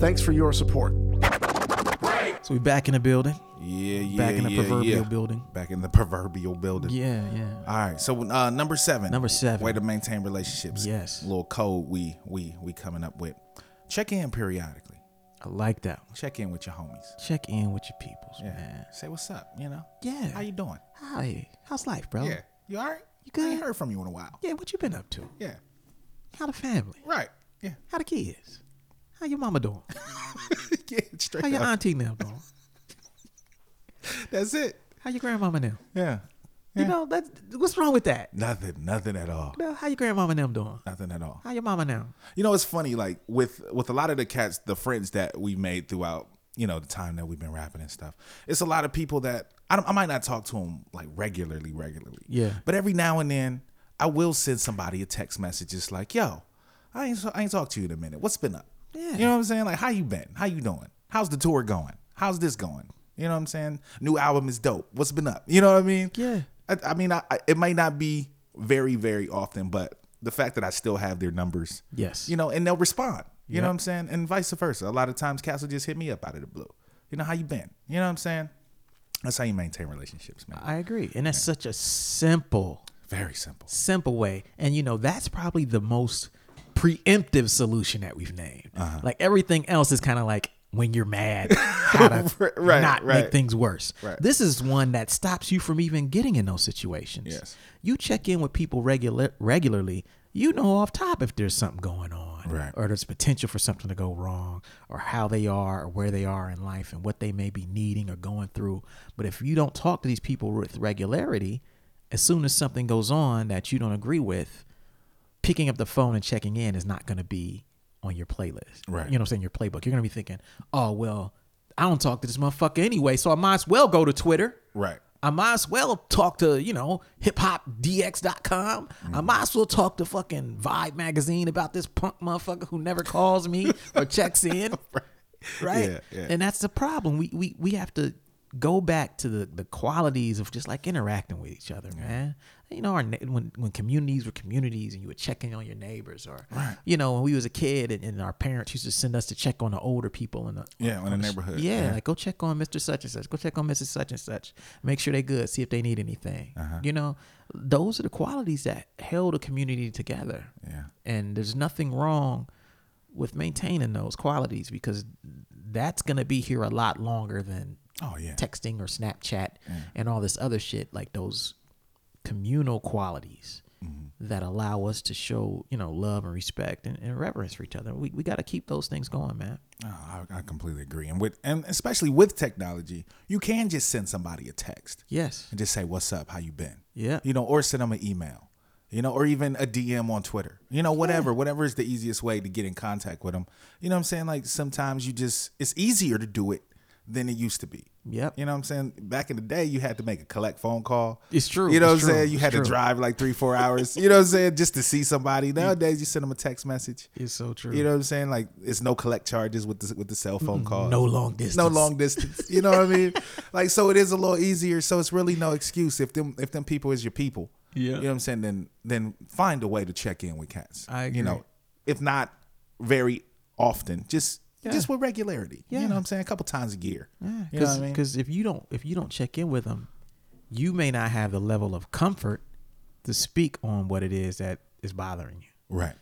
Speaker 4: Thanks for your support.
Speaker 2: So we back in the building.
Speaker 1: Yeah, yeah.
Speaker 2: Back in the
Speaker 1: yeah,
Speaker 2: proverbial
Speaker 1: yeah.
Speaker 2: building.
Speaker 1: Back in the proverbial building.
Speaker 2: Yeah, yeah.
Speaker 1: All right. So uh, number seven.
Speaker 2: Number seven.
Speaker 1: Way to maintain relationships.
Speaker 2: Yes.
Speaker 1: Little code we we we coming up with. Check in periodically.
Speaker 2: I like that. one.
Speaker 1: Check in with your homies.
Speaker 2: Check in with your peoples, man.
Speaker 1: Say what's up. You know.
Speaker 2: Yeah.
Speaker 1: How you doing?
Speaker 2: Hi. How's life, bro?
Speaker 1: Yeah. You all right?
Speaker 2: You good?
Speaker 1: I ain't heard from you in a while.
Speaker 2: Yeah, what you been up to?
Speaker 1: Yeah.
Speaker 2: How the family?
Speaker 1: Right. Yeah. [LAUGHS]
Speaker 2: How the kids? How your mama doing?
Speaker 1: yeah. Straight
Speaker 2: [LAUGHS] How your
Speaker 1: up.
Speaker 2: auntie now doing?
Speaker 1: That's it.
Speaker 2: How your grandmama now?
Speaker 1: Yeah.
Speaker 2: You know that what's wrong with that?
Speaker 1: Nothing. Nothing at all.
Speaker 2: You know, how your grandmama now doing?
Speaker 1: Nothing at all.
Speaker 2: How your mama now?
Speaker 1: You know, it's funny. Like with with a lot of the cats, the friends that we made throughout, you know, the time that we've been rapping and stuff. It's a lot of people that I don't, I might not talk to them like regularly, regularly.
Speaker 2: Yeah.
Speaker 1: But every now and then, I will send somebody a text message, just like, "Yo, I ain't I ain't talked to you in a minute. What's been up?
Speaker 2: Yeah.
Speaker 1: You know what I'm saying? Like, how you been? How you doing? How's the tour going? How's this going? You know what I'm saying? New album is dope. What's been up? You know what I mean?
Speaker 2: Yeah.
Speaker 1: I, I mean, I, I, it might not be very, very often, but the fact that I still have their numbers,
Speaker 2: Yes.
Speaker 1: you know, and they'll respond. You
Speaker 2: Yep.
Speaker 1: know what I'm saying? And vice versa. A lot of times, Castle just hit me up out of the blue. You know how you been? You know what I'm saying? That's how you maintain relationships, man.
Speaker 2: I agree, and that's such a simple,
Speaker 1: Very simple.
Speaker 2: simple way. And you know that's probably the most preemptive solution that we've named. Like everything else is kind of like when you're [LAUGHS] mad, how to
Speaker 1: Right,
Speaker 2: not make
Speaker 1: right.
Speaker 2: things worse.
Speaker 1: Right.
Speaker 2: This is one that stops you from even getting in those situations.
Speaker 1: Yes.
Speaker 2: You check in with people regular regularly. You know off top if there's something going on,
Speaker 1: Right.
Speaker 2: or there's potential for something to go wrong, or how they are, or where they are in life, and what they may be needing or going through. But if you don't talk to these people with regularity, as soon as something goes on that you don't agree with, picking up the phone and checking in is not going to be on your playlist.
Speaker 1: Right.
Speaker 2: You know what I'm saying? Your playbook. You're going to be thinking, oh, well, I don't talk to this motherfucker anyway, so I might as well go to Twitter.
Speaker 1: Right.
Speaker 2: I might as well talk to, you know, hiphopdx.com. I might as well talk to fucking Vibe magazine about this punk motherfucker who never calls me
Speaker 1: [LAUGHS]
Speaker 2: or checks in. Right?
Speaker 1: Yeah, yeah.
Speaker 2: And that's the problem. We we we have to go back to the the qualities of just like interacting with each other, man. You know, our ne- when when communities were communities and you were checking on your neighbors or you know, when we was a kid and, and our parents used to send us to check on the older people in the
Speaker 1: Yeah, in the neighborhood.
Speaker 2: yeah, like go check on Mr. Such and Such. Go check on Mrs. Such and Such. Make sure they good. See if they need anything.
Speaker 1: Uh-huh.
Speaker 2: You know, those are the qualities that held a community together.
Speaker 1: Yeah.
Speaker 2: And there's nothing wrong with maintaining those qualities because that's gonna be here a lot longer than
Speaker 1: Oh, yeah.
Speaker 2: texting or Snapchat and all this other shit. Like those communal qualities
Speaker 1: Mm-hmm.
Speaker 2: that allow us to show, you know, love and respect and, and reverence for each other. We we gotta keep those things going, man.
Speaker 1: Oh, I, I completely agree. And with and especially with technology, you can just send somebody a text.
Speaker 2: Yes.
Speaker 1: and just say what's up how you been
Speaker 2: Yeah.
Speaker 1: you know or send them an email you know or even a dm on twitter you know whatever whatever is the easiest way to get in contact with them you know what i'm saying like sometimes you just it's easier to do it than it used to be.
Speaker 2: Yep.
Speaker 1: You know what I'm saying? Back in the day, you had to make a collect phone call.
Speaker 2: It's true.
Speaker 1: You know
Speaker 2: It's
Speaker 1: what I'm
Speaker 2: true.
Speaker 1: saying? You
Speaker 2: It's
Speaker 1: had
Speaker 2: true.
Speaker 1: to drive like three, four hours. you know what I'm saying? Just to see somebody. Nowadays, you send them a text message.
Speaker 2: It's so true.
Speaker 1: You know what I'm saying? Like it's no collect charges with the with the cell phone call.
Speaker 2: no long distance.
Speaker 1: No long distance. You know what I
Speaker 2: [LAUGHS]
Speaker 1: mean? Like so it is a little easier. So it's really no excuse if them if them people is your people.
Speaker 2: Yeah.
Speaker 1: You know what I'm saying? Then then find a way to check in with cats.
Speaker 2: I
Speaker 1: You
Speaker 2: agree.
Speaker 1: know, if not very often, just
Speaker 2: Yeah.
Speaker 1: just with regularity. You
Speaker 2: Yeah.
Speaker 1: know what I'm saying? A couple times a year. You know what
Speaker 2: Because
Speaker 1: I mean?
Speaker 2: if you don't if you don't check in with them, you may not have the level of comfort to speak on what it is that is bothering you.
Speaker 1: Right.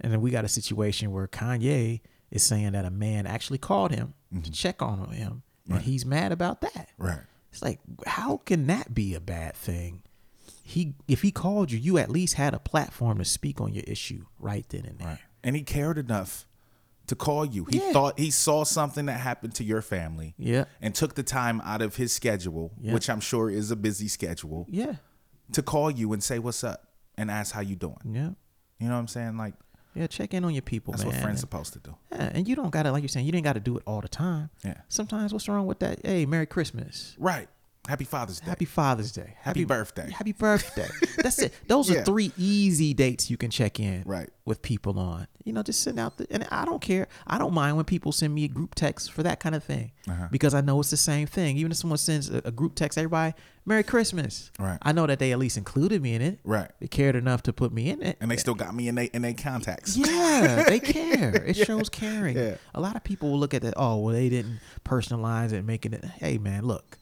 Speaker 2: And then we got a situation where Kanye is saying that a man actually called him to check on him, and he's mad about that.
Speaker 1: Mm-hmm. Right.
Speaker 2: It's like, how can that be a bad thing? He, if he called you, you at least had a platform to speak on your issue right then and there.
Speaker 1: Right. And he cared enough to call you. He
Speaker 2: Yeah.
Speaker 1: thought he saw something that happened to your family.
Speaker 2: Yeah.
Speaker 1: And took the time out of his schedule,
Speaker 2: Yeah.
Speaker 1: which I'm sure is a busy schedule,
Speaker 2: Yeah,
Speaker 1: to call you and say what's up and ask how you doing.
Speaker 2: yeah,
Speaker 1: You know what I'm saying? Like
Speaker 2: yeah. Check in on your people,
Speaker 1: that's
Speaker 2: man.
Speaker 1: what friends
Speaker 2: And-
Speaker 1: supposed to do.
Speaker 2: Yeah, and you don't gotta like you're saying, you didn't gotta do it all the time.
Speaker 1: Yeah.
Speaker 2: Sometimes what's wrong with that? Hey, Merry Christmas.
Speaker 1: Right. Happy Father's Day.
Speaker 2: Happy Father's Day.
Speaker 1: Happy birthday.
Speaker 2: Happy
Speaker 1: [LAUGHS]
Speaker 2: birthday. That's it. Those are
Speaker 1: Yeah.
Speaker 2: three easy dates you can check in
Speaker 1: Right.
Speaker 2: with people on. You know, just send out the and I don't care. I don't mind when people send me a group text for that kind of thing.
Speaker 1: Uh-huh.
Speaker 2: Because I know it's the same thing. Even if someone sends a, a group text, everybody, Merry Christmas.
Speaker 1: Right.
Speaker 2: I know that they at least included me in it.
Speaker 1: Right.
Speaker 2: They cared enough to put me in it.
Speaker 1: and they still got me in they in they contacts.
Speaker 2: Yeah, they care. It shows caring.
Speaker 1: Yeah.
Speaker 2: A lot of people will look at that. Oh, well, they didn't personalize it, making it. Hey, man, look,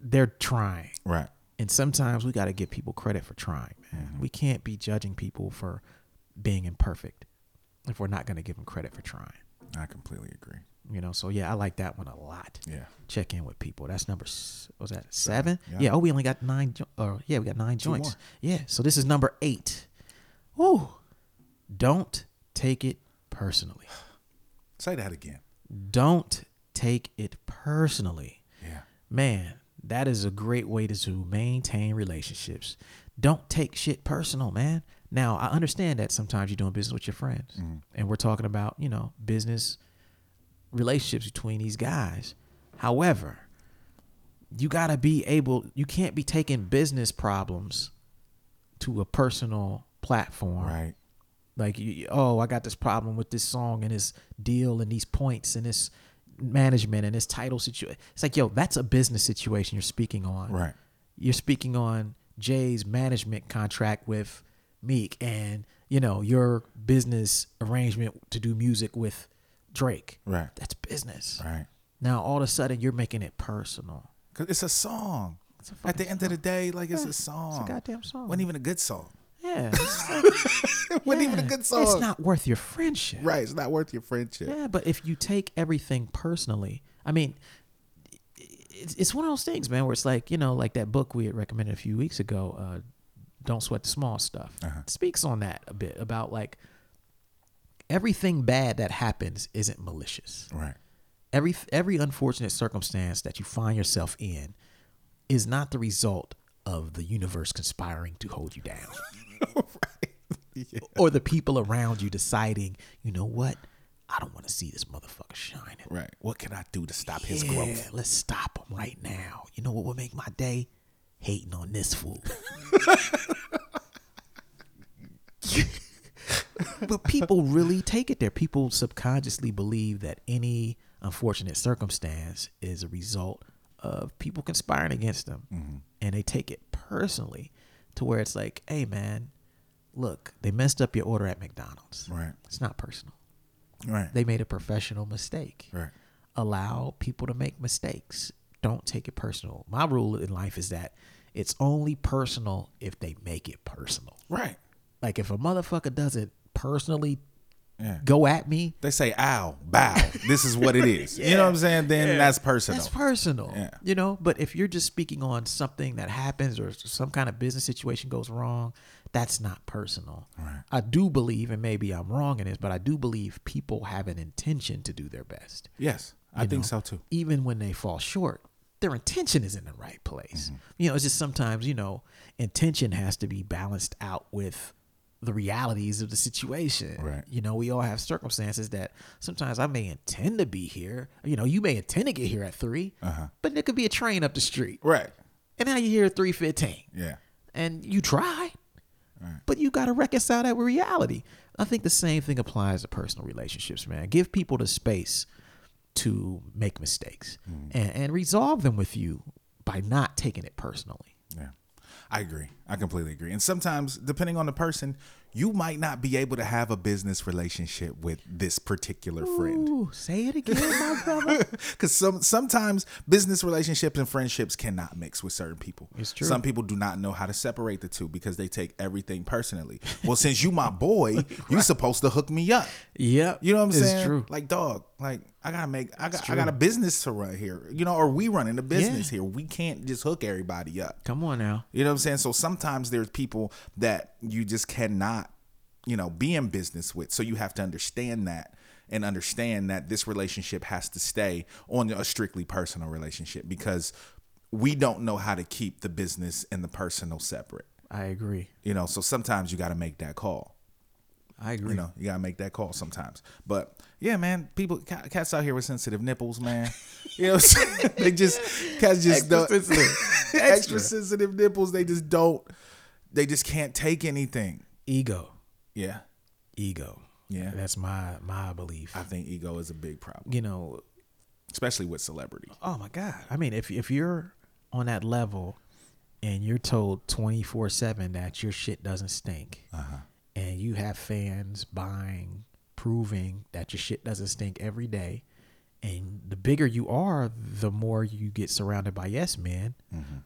Speaker 2: they're trying,
Speaker 1: Right.
Speaker 2: and sometimes we got to give people credit for trying. Man, we can't be judging people for being imperfect if we're not going to give them credit for trying.
Speaker 1: I completely agree.
Speaker 2: You know, so yeah, I like that one a lot.
Speaker 1: Yeah.
Speaker 2: Check in with people. That's number. s- What was that seven?
Speaker 1: yeah.
Speaker 2: Yeah. Oh, we only got nine. Jo- or yeah, we got nine joints.
Speaker 1: more.
Speaker 2: Yeah. So this is number eight. Woo! Don't take it personally.
Speaker 1: Say that again.
Speaker 2: Don't take it personally.
Speaker 1: Yeah.
Speaker 2: Man, that is a great way to, to maintain relationships. Don't take shit personal, man. Now, I understand that sometimes you're doing business with your friends,
Speaker 1: Mm-hmm.
Speaker 2: and we're talking about, you know, business relationships between these guys. However, you got to be able, you can't be taking business problems to a personal platform.
Speaker 1: Right.
Speaker 2: Like, you, oh, I got this problem with this song and this deal and these points and this management and this title situation. It's like, yo, that's a business situation you're speaking on.
Speaker 1: Right.
Speaker 2: You're speaking on Jay's management contract with Meek and, you know, your business arrangement to do music with Drake.
Speaker 1: Right.
Speaker 2: That's business.
Speaker 1: Right.
Speaker 2: Now, all of a sudden, you're making it personal.
Speaker 1: Cause it's a song.
Speaker 2: a
Speaker 1: At the end of the day, like it's a song.
Speaker 2: goddamn song.
Speaker 1: Wasn't even a good song. [LAUGHS]
Speaker 2: Yeah. it's like,
Speaker 1: It wasn't even a
Speaker 2: yeah,
Speaker 1: good song.
Speaker 2: It's not worth your friendship.
Speaker 1: right. It's not worth your friendship.
Speaker 2: Yeah, but if you take everything personally, I mean, it's, it's one of those things, man, where it's like, you know, like that book we had recommended a few weeks ago, uh, Don't Sweat the Small Stuff,
Speaker 1: Uh-huh.
Speaker 2: speaks on that a bit about like everything bad that happens isn't malicious.
Speaker 1: Right.
Speaker 2: Every, every unfortunate circumstance that you find yourself in is not the result of the universe conspiring to hold you down or the people around you deciding, you know what? I don't want to see this motherfucker shining.
Speaker 1: Right. What can I do to stop his
Speaker 2: yeah,
Speaker 1: growth?
Speaker 2: Let's stop him right now. You know what would make my day? Hating on this fool. [LAUGHS] but people really take it there. People subconsciously believe that any unfortunate circumstance is a result of people conspiring against them.
Speaker 1: Mm-hmm.
Speaker 2: And they take it personally to where it's like, hey, man, look, they messed up your order at McDonald's.
Speaker 1: Right.
Speaker 2: It's not personal
Speaker 1: Right.
Speaker 2: they made a professional mistake.
Speaker 1: Right.
Speaker 2: Allow people to make mistakes. Don't take it personal. My rule in life is that it's only personal if they make it personal.
Speaker 1: right.
Speaker 2: Like if a motherfucker doesn't personally
Speaker 1: Yeah.
Speaker 2: go at me,
Speaker 1: They say ow, bow. this is what it
Speaker 2: [LAUGHS]
Speaker 1: is. You know what I'm saying? Then that's personal.
Speaker 2: that's personal.
Speaker 1: Yeah.
Speaker 2: You know, but if you're just speaking on something that happens or some kind of business situation goes wrong, that's not personal.
Speaker 1: Right.
Speaker 2: I do believe, and maybe I'm wrong in this, but I do believe people have an intention to do their best.
Speaker 1: yes. I
Speaker 2: you
Speaker 1: think
Speaker 2: know,
Speaker 1: so too.
Speaker 2: Even when they fall short, their intention is in the right
Speaker 1: Mm-hmm.
Speaker 2: place. You know, it's just sometimes, you know, intention has to be balanced out with the realities of the situation.
Speaker 1: Right.
Speaker 2: You know, we all have circumstances that sometimes I may intend to be here. You know, you may intend to get here at 3
Speaker 1: Uh-huh.
Speaker 2: but there could be a train up the street,
Speaker 1: Right.
Speaker 2: and now you're here at three fifteen
Speaker 1: Yeah.
Speaker 2: and you try, but you got to reconcile that with reality. I think the same thing applies to personal relationships, man. Give people the space to make mistakes and, and resolve them with you by not taking it personally.
Speaker 1: Yeah. I agree. I completely agree. And sometimes, depending on the person, you might not be able to have a business relationship with this particular friend. [LAUGHS]
Speaker 2: Ooh, say it again, my brother.
Speaker 1: Because some sometimes business relationships and friendships cannot mix with certain people. It's
Speaker 2: true.
Speaker 1: Some people do not know how to separate the two because they take everything personally. Well, since you my
Speaker 2: [LAUGHS]
Speaker 1: boy, you supposed to hook me up.
Speaker 2: [LAUGHS] Yep.
Speaker 1: You know what I'm
Speaker 2: it's
Speaker 1: saying?
Speaker 2: true.
Speaker 1: Like dog, like I gotta make I got I got a business to run here. You know, or we running a business here. We can't just hook everybody up.
Speaker 2: Come on now.
Speaker 1: You know what I'm saying? So sometimes there's people that you just cannot, you know, be in business with. So you have to understand that and understand that this relationship has to stay on a strictly personal relationship because we don't know how to keep the business and the personal separate.
Speaker 2: I agree.
Speaker 1: You know, so sometimes you got to make that call.
Speaker 2: I agree.
Speaker 1: You know, you gotta make that call sometimes. But yeah, man, people ca- cats out here with sensitive nipples,
Speaker 2: [LAUGHS]
Speaker 1: man. You know, what I'm saying? [LAUGHS] they just cats just
Speaker 2: Extra
Speaker 1: don't
Speaker 2: sensitive.
Speaker 1: [LAUGHS] extra.
Speaker 2: Extra.
Speaker 1: sensitive nipples. They just don't. They just can't take anything.
Speaker 2: Ego.
Speaker 1: Yeah,
Speaker 2: Ego.
Speaker 1: Yeah.
Speaker 2: That's my my belief.
Speaker 1: I think ego is a big problem,
Speaker 2: you know,
Speaker 1: especially with celebrity.
Speaker 2: Oh my god! I mean, if if you're on that level and you're told twenty four seven that your shit doesn't stink,
Speaker 1: Uh-huh.
Speaker 2: and you have fans buying, proving that your shit doesn't stink every day, and the bigger you are, the more you get surrounded by yes men.
Speaker 1: Mm-hmm.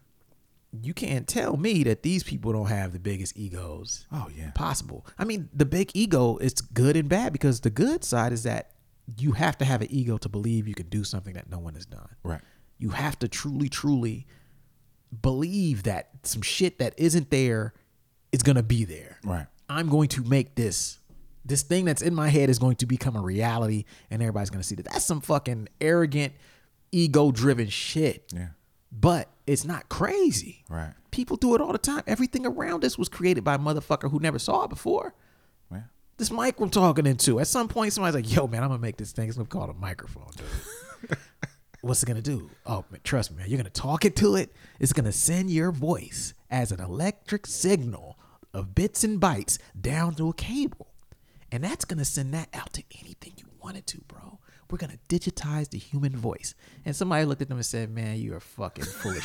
Speaker 2: You can't tell me that these people don't have the biggest egos
Speaker 1: Oh, yeah.
Speaker 2: possible. I mean, the big ego is good and bad because the good side is that you have to have an ego to believe you can do something that no one has done.
Speaker 1: Right.
Speaker 2: You have to truly, truly believe that some shit that isn't there is gonna be there.
Speaker 1: Right.
Speaker 2: I'm going to make this. This thing that's in my head is going to become a reality, and everybody's gonna see that. That's some fucking arrogant, ego-driven shit.
Speaker 1: Yeah.
Speaker 2: But it's not crazy.
Speaker 1: Right.
Speaker 2: People do it all the time. Everything around us was created by a motherfucker who never saw it before.
Speaker 1: Yeah.
Speaker 2: This mic we're talking into. At some point, somebody's like, "Yo, man, I'm gonna make this thing. It's gonna be called a microphone, dude." What's it gonna do? Oh, man, trust me, man. You're gonna talk it to it. It's gonna send your voice as an electric signal of bits and bytes down to a cable, and that's gonna send that out to anything you wanted to, bro. We're gonna digitize the human voice. And somebody looked at them and said, "Man, you are fucking full of
Speaker 1: [LAUGHS]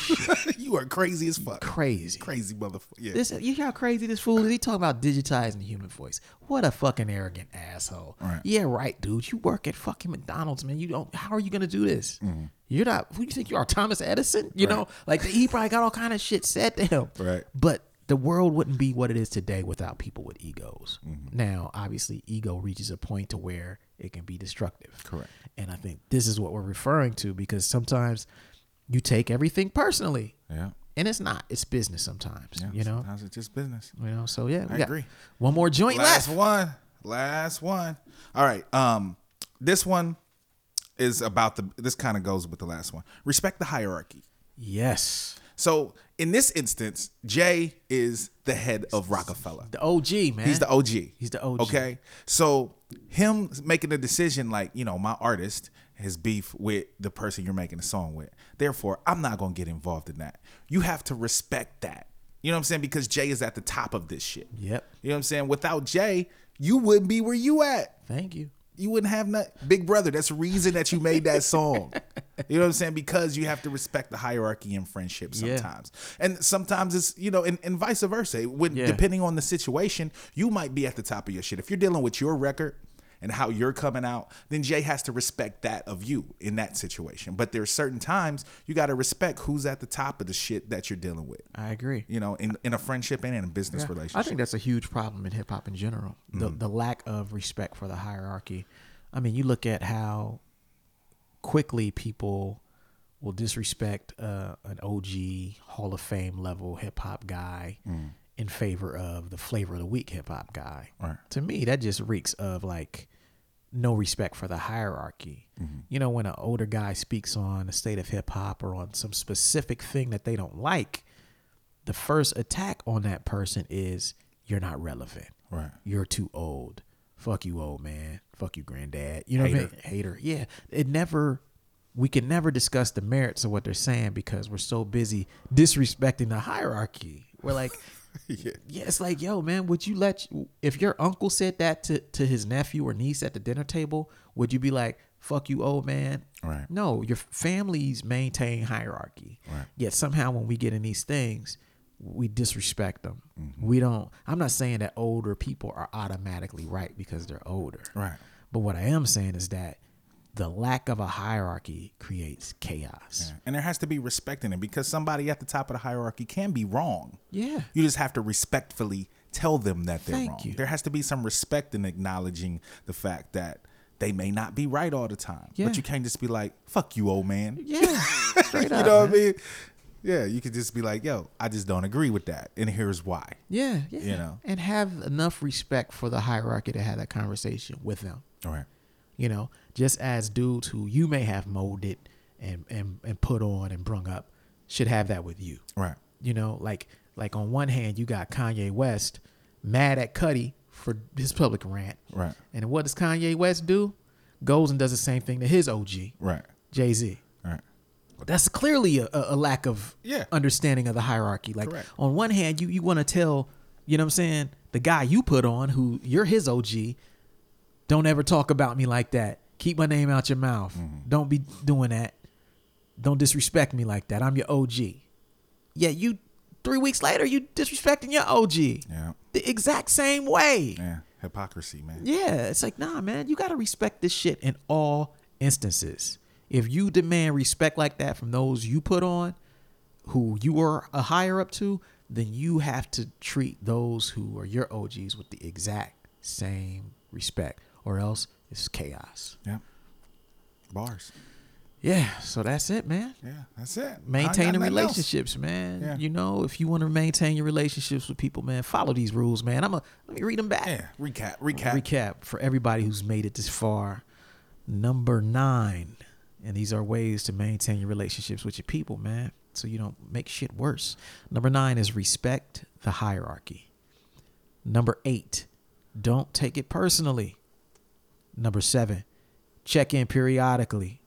Speaker 1: [LAUGHS]
Speaker 2: shit.
Speaker 1: you are crazy as fuck.
Speaker 2: Crazy."
Speaker 1: Crazy motherfucker. Yeah.
Speaker 2: This you hear how crazy this fool is? He talking about digitizing the human voice. What a fucking arrogant asshole.
Speaker 1: Right.
Speaker 2: Yeah, right, dude. You work at fucking McDonald's, man. You don't how are you gonna do this?
Speaker 1: Mm-hmm.
Speaker 2: You're not who you think you are, Thomas Edison? You know, like he probably got all kind of shit said to him.
Speaker 1: Right.
Speaker 2: But the world wouldn't be what it is today without people with egos.
Speaker 1: Mm-hmm.
Speaker 2: Now, obviously, ego reaches a point to where it can be destructive.
Speaker 1: Correct.
Speaker 2: And I think this is what we're referring to because sometimes you take everything personally.
Speaker 1: yeah.
Speaker 2: And it's not. It's business sometimes.
Speaker 1: Yeah.
Speaker 2: you know.
Speaker 1: sometimes it's just business.
Speaker 2: You know, so yeah, we
Speaker 1: I
Speaker 2: got
Speaker 1: agree.
Speaker 2: One more joint
Speaker 1: last
Speaker 2: left.
Speaker 1: one last one all right um this one is about the this kind of goes with the last one respect the hierarchy
Speaker 2: Yes,
Speaker 1: so in this instance jay is the head of rockefeller
Speaker 2: the OG man.
Speaker 1: he's the og
Speaker 2: He's the OG.
Speaker 1: okay so him making a decision like you know my artist has beef with the person you're making a song with therefore i'm not gonna get involved in that you have to respect that you know what i'm saying because jay is at the top of this shit
Speaker 2: Yep.
Speaker 1: you know what I'm saying? Without Jay, you wouldn't be where you at.
Speaker 2: Thank you.
Speaker 1: You wouldn't have not Big Brother. That's the reason that you made that song. you know what I'm saying? Because you have to respect the hierarchy in friendship
Speaker 2: Yeah.
Speaker 1: sometimes. And sometimes it's, you know, and, and vice versa. When
Speaker 2: Yeah.
Speaker 1: depending on the situation, you might be at the top of your shit. If you're dealing with your record and how you're coming out, then Jay has to respect that of you in that situation. But there are certain times you gotta respect who's at the top of the shit that you're dealing with.
Speaker 2: I agree.
Speaker 1: You know, in, in a friendship and in a business relationship. Mm.
Speaker 2: I think that's a huge problem in hip hop in general. The the lack of respect for the hierarchy. I mean, you look at how quickly people will disrespect uh, an OG Hall of Fame level hip hop guy
Speaker 1: Mm.
Speaker 2: in favor of the flavor of the week hip hop guy.
Speaker 1: Right.
Speaker 2: To me, that just reeks of like no respect for the hierarchy.
Speaker 1: Mm-hmm.
Speaker 2: You know, when an older guy speaks on the state of hip hop or on some specific thing that they don't like, the first attack on that person is you're not relevant.
Speaker 1: Right.
Speaker 2: You're too old. Fuck you, old man. Fuck you, granddad. You know what I mean? Hater. Yeah. It never. We can never discuss the merits of what they're saying because we're so busy disrespecting the hierarchy. We're like, yeah. it's like, yo, man, would you let you, if your uncle said that to to his nephew or niece at the dinner table, would you be like, fuck you, old man?
Speaker 1: Right.
Speaker 2: No, your families maintain hierarchy.
Speaker 1: Right.
Speaker 2: Yet somehow when we get in these things, we disrespect them.
Speaker 1: Mm-hmm.
Speaker 2: We don't. I'm not saying that older people are automatically right because they're older.
Speaker 1: Right.
Speaker 2: But what I am saying is that the lack of a hierarchy creates chaos.
Speaker 1: And there has to be respect in it because somebody at the top of the hierarchy can be wrong.
Speaker 2: Yeah.
Speaker 1: [LAUGHS] You just have to respectfully tell them that they're
Speaker 2: Thank
Speaker 1: wrong.
Speaker 2: you.
Speaker 1: There has to be some respect in acknowledging the fact that they may not be right all the time.
Speaker 2: Yeah.
Speaker 1: But you can't just be like, fuck you, old man.
Speaker 2: Yeah.
Speaker 1: you
Speaker 2: Straight
Speaker 1: know
Speaker 2: up.
Speaker 1: what I mean? Yeah, you could just be like, yo, I just don't agree with that. And here's why.
Speaker 2: Yeah, yeah.
Speaker 1: You know.
Speaker 2: And have enough respect for the hierarchy to have that conversation with them.
Speaker 1: All right.
Speaker 2: You know, just as dudes who you may have molded and and, and put on and brung up should have that with you.
Speaker 1: Right.
Speaker 2: You know, like like on one hand you got Kanye West mad at Cuddy for his public rant.
Speaker 1: Right.
Speaker 2: And what does Kanye West do? Goes and does the same thing to his OG,
Speaker 1: Right.
Speaker 2: Jay Z.
Speaker 1: Right.
Speaker 2: That's clearly a, a a lack of
Speaker 1: Yeah.
Speaker 2: understanding of the hierarchy. Like
Speaker 1: Correct.
Speaker 2: on one hand, you you want to tell, you know what I'm saying, the guy you put on who you're his OG, don't ever talk about me like that. Keep my name out your mouth.
Speaker 1: Mm-hmm.
Speaker 2: Don't be doing that. Don't disrespect me like that. I'm your OG. Yeah, you 3 weeks later you disrespecting your OG.
Speaker 1: Yeah.
Speaker 2: The exact same way.
Speaker 1: Yeah. Hypocrisy, man.
Speaker 2: Yeah, it's like, nah, man, you gotta respect this shit in all instances. If you demand respect like that from those you put on, who you are a higher up to, then you have to treat those who are your OGs with the exact same respect, or else it's chaos.
Speaker 1: Yeah. Bars.
Speaker 2: Yeah, so that's it, man.
Speaker 1: Yeah. That's it.
Speaker 2: Maintaining
Speaker 1: I ain't got nothing else.
Speaker 2: relationships, man.
Speaker 1: Yeah.
Speaker 2: You know, if you want to maintain your relationships with people, man, follow these rules, man. I'm a let me read them back.
Speaker 1: Yeah. Recap. Recap.
Speaker 2: recap for everybody who's made it this far. Number nine, and these are ways to maintain your relationships with your people, man, so you don't make shit worse. Number nine is respect the hierarchy. Number eight, don't take it personally. Number seven, check in periodically.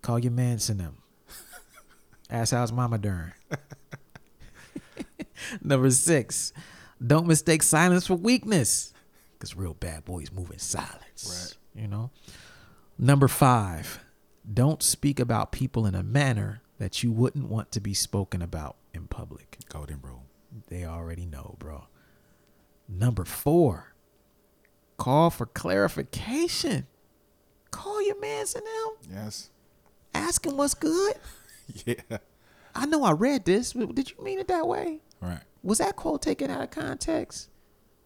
Speaker 2: Call your mans and them. Ask how's mama doing. Number six, don't mistake silence for weakness. Because real bad boys move in silence. Right. You know? Number five, don't speak about people in a manner that you wouldn't want to be spoken about in public.
Speaker 1: Golden rule.
Speaker 2: They already know, bro. Number four, call for clarification. Call your mans and them.
Speaker 1: Yes. [LAUGHS]
Speaker 2: Ask him what's good.
Speaker 1: Yeah.
Speaker 2: I know I read this, but did you mean it that way?
Speaker 1: Right.
Speaker 2: was that quote taken out of context?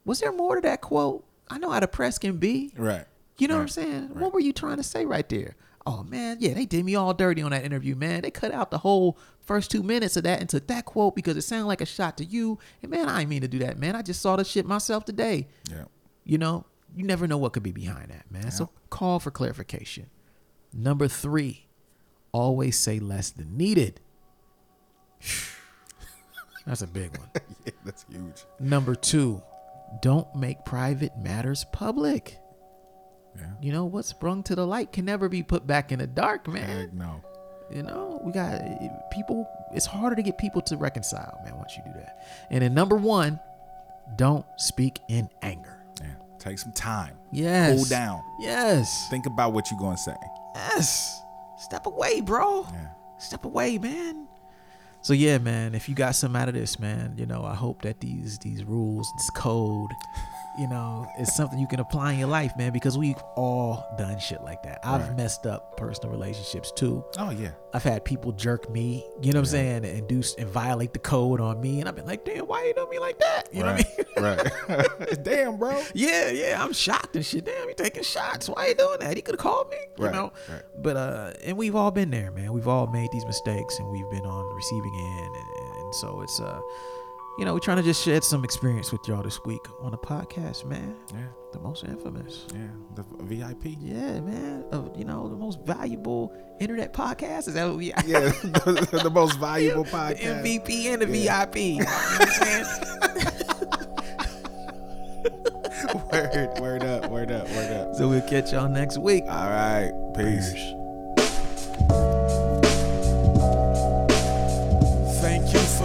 Speaker 2: Was there more to that quote? I know how the press can be.
Speaker 1: Right.
Speaker 2: You know what I'm
Speaker 1: Right.
Speaker 2: saying?
Speaker 1: Right.
Speaker 2: What were you trying to say right there? Oh man, yeah, they did me all dirty on that interview, man. They cut out the whole first two minutes of that and took that quote because it sounded like a shot to you. And man, I ain't mean to do that, man. I just saw the shit myself today.
Speaker 1: Yeah.
Speaker 2: You know, you never know what could be behind that, man. So call for clarification. Number three, always say less than needed. That's a big one.
Speaker 1: yeah. That's huge.
Speaker 2: Number two, don't make private matters public.
Speaker 1: Yeah.
Speaker 2: You know what's brung to the light can never be put back in the dark,
Speaker 1: Heck
Speaker 2: man.
Speaker 1: no.
Speaker 2: You know we got people. It's harder to get people to reconcile, man. Once you do that, and then number one, don't speak in anger.
Speaker 1: Yeah. Take some time.
Speaker 2: Yes.
Speaker 1: Cool down.
Speaker 2: Yes.
Speaker 1: Think about what you're going to say.
Speaker 2: Yes. Step away, bro.
Speaker 1: Yeah.
Speaker 2: Step away, man. So yeah, man, if you got some out of this, man, you know, I hope that these these rules, this code, you know, is something you can apply in your life, man, because we've all done shit like that. I've
Speaker 1: Right.
Speaker 2: messed up personal relationships too.
Speaker 1: Oh, yeah.
Speaker 2: I've had people jerk me, you know what I'm saying, and do and violate the code on me, and I've been like, damn, why you do me like that? You know what I mean? [LAUGHS]
Speaker 1: right. [LAUGHS] Damn, bro.
Speaker 2: yeah, yeah, I'm shocked and shit. Damn, he taking shots. Why you doing that? He could have called me. You
Speaker 1: Right,
Speaker 2: know?
Speaker 1: right.
Speaker 2: But uh and we've all been there, man. We've all made these mistakes and we've been on the receiving end and, and, and so it's uh you know, we're trying to just shed some experience with y'all this week on the podcast, man.
Speaker 1: Yeah.
Speaker 2: The most infamous.
Speaker 1: Yeah. The VIP.
Speaker 2: Yeah, man. Uh, you know, the most valuable internet podcast. Is that what we
Speaker 1: Yeah. [LAUGHS] the, [LAUGHS] the most valuable
Speaker 2: the
Speaker 1: podcast. [LAUGHS]
Speaker 2: MVP and the VIP. You know what I'm saying? So we'll catch y'all next week.
Speaker 1: All right. Peace.
Speaker 3: Thank you for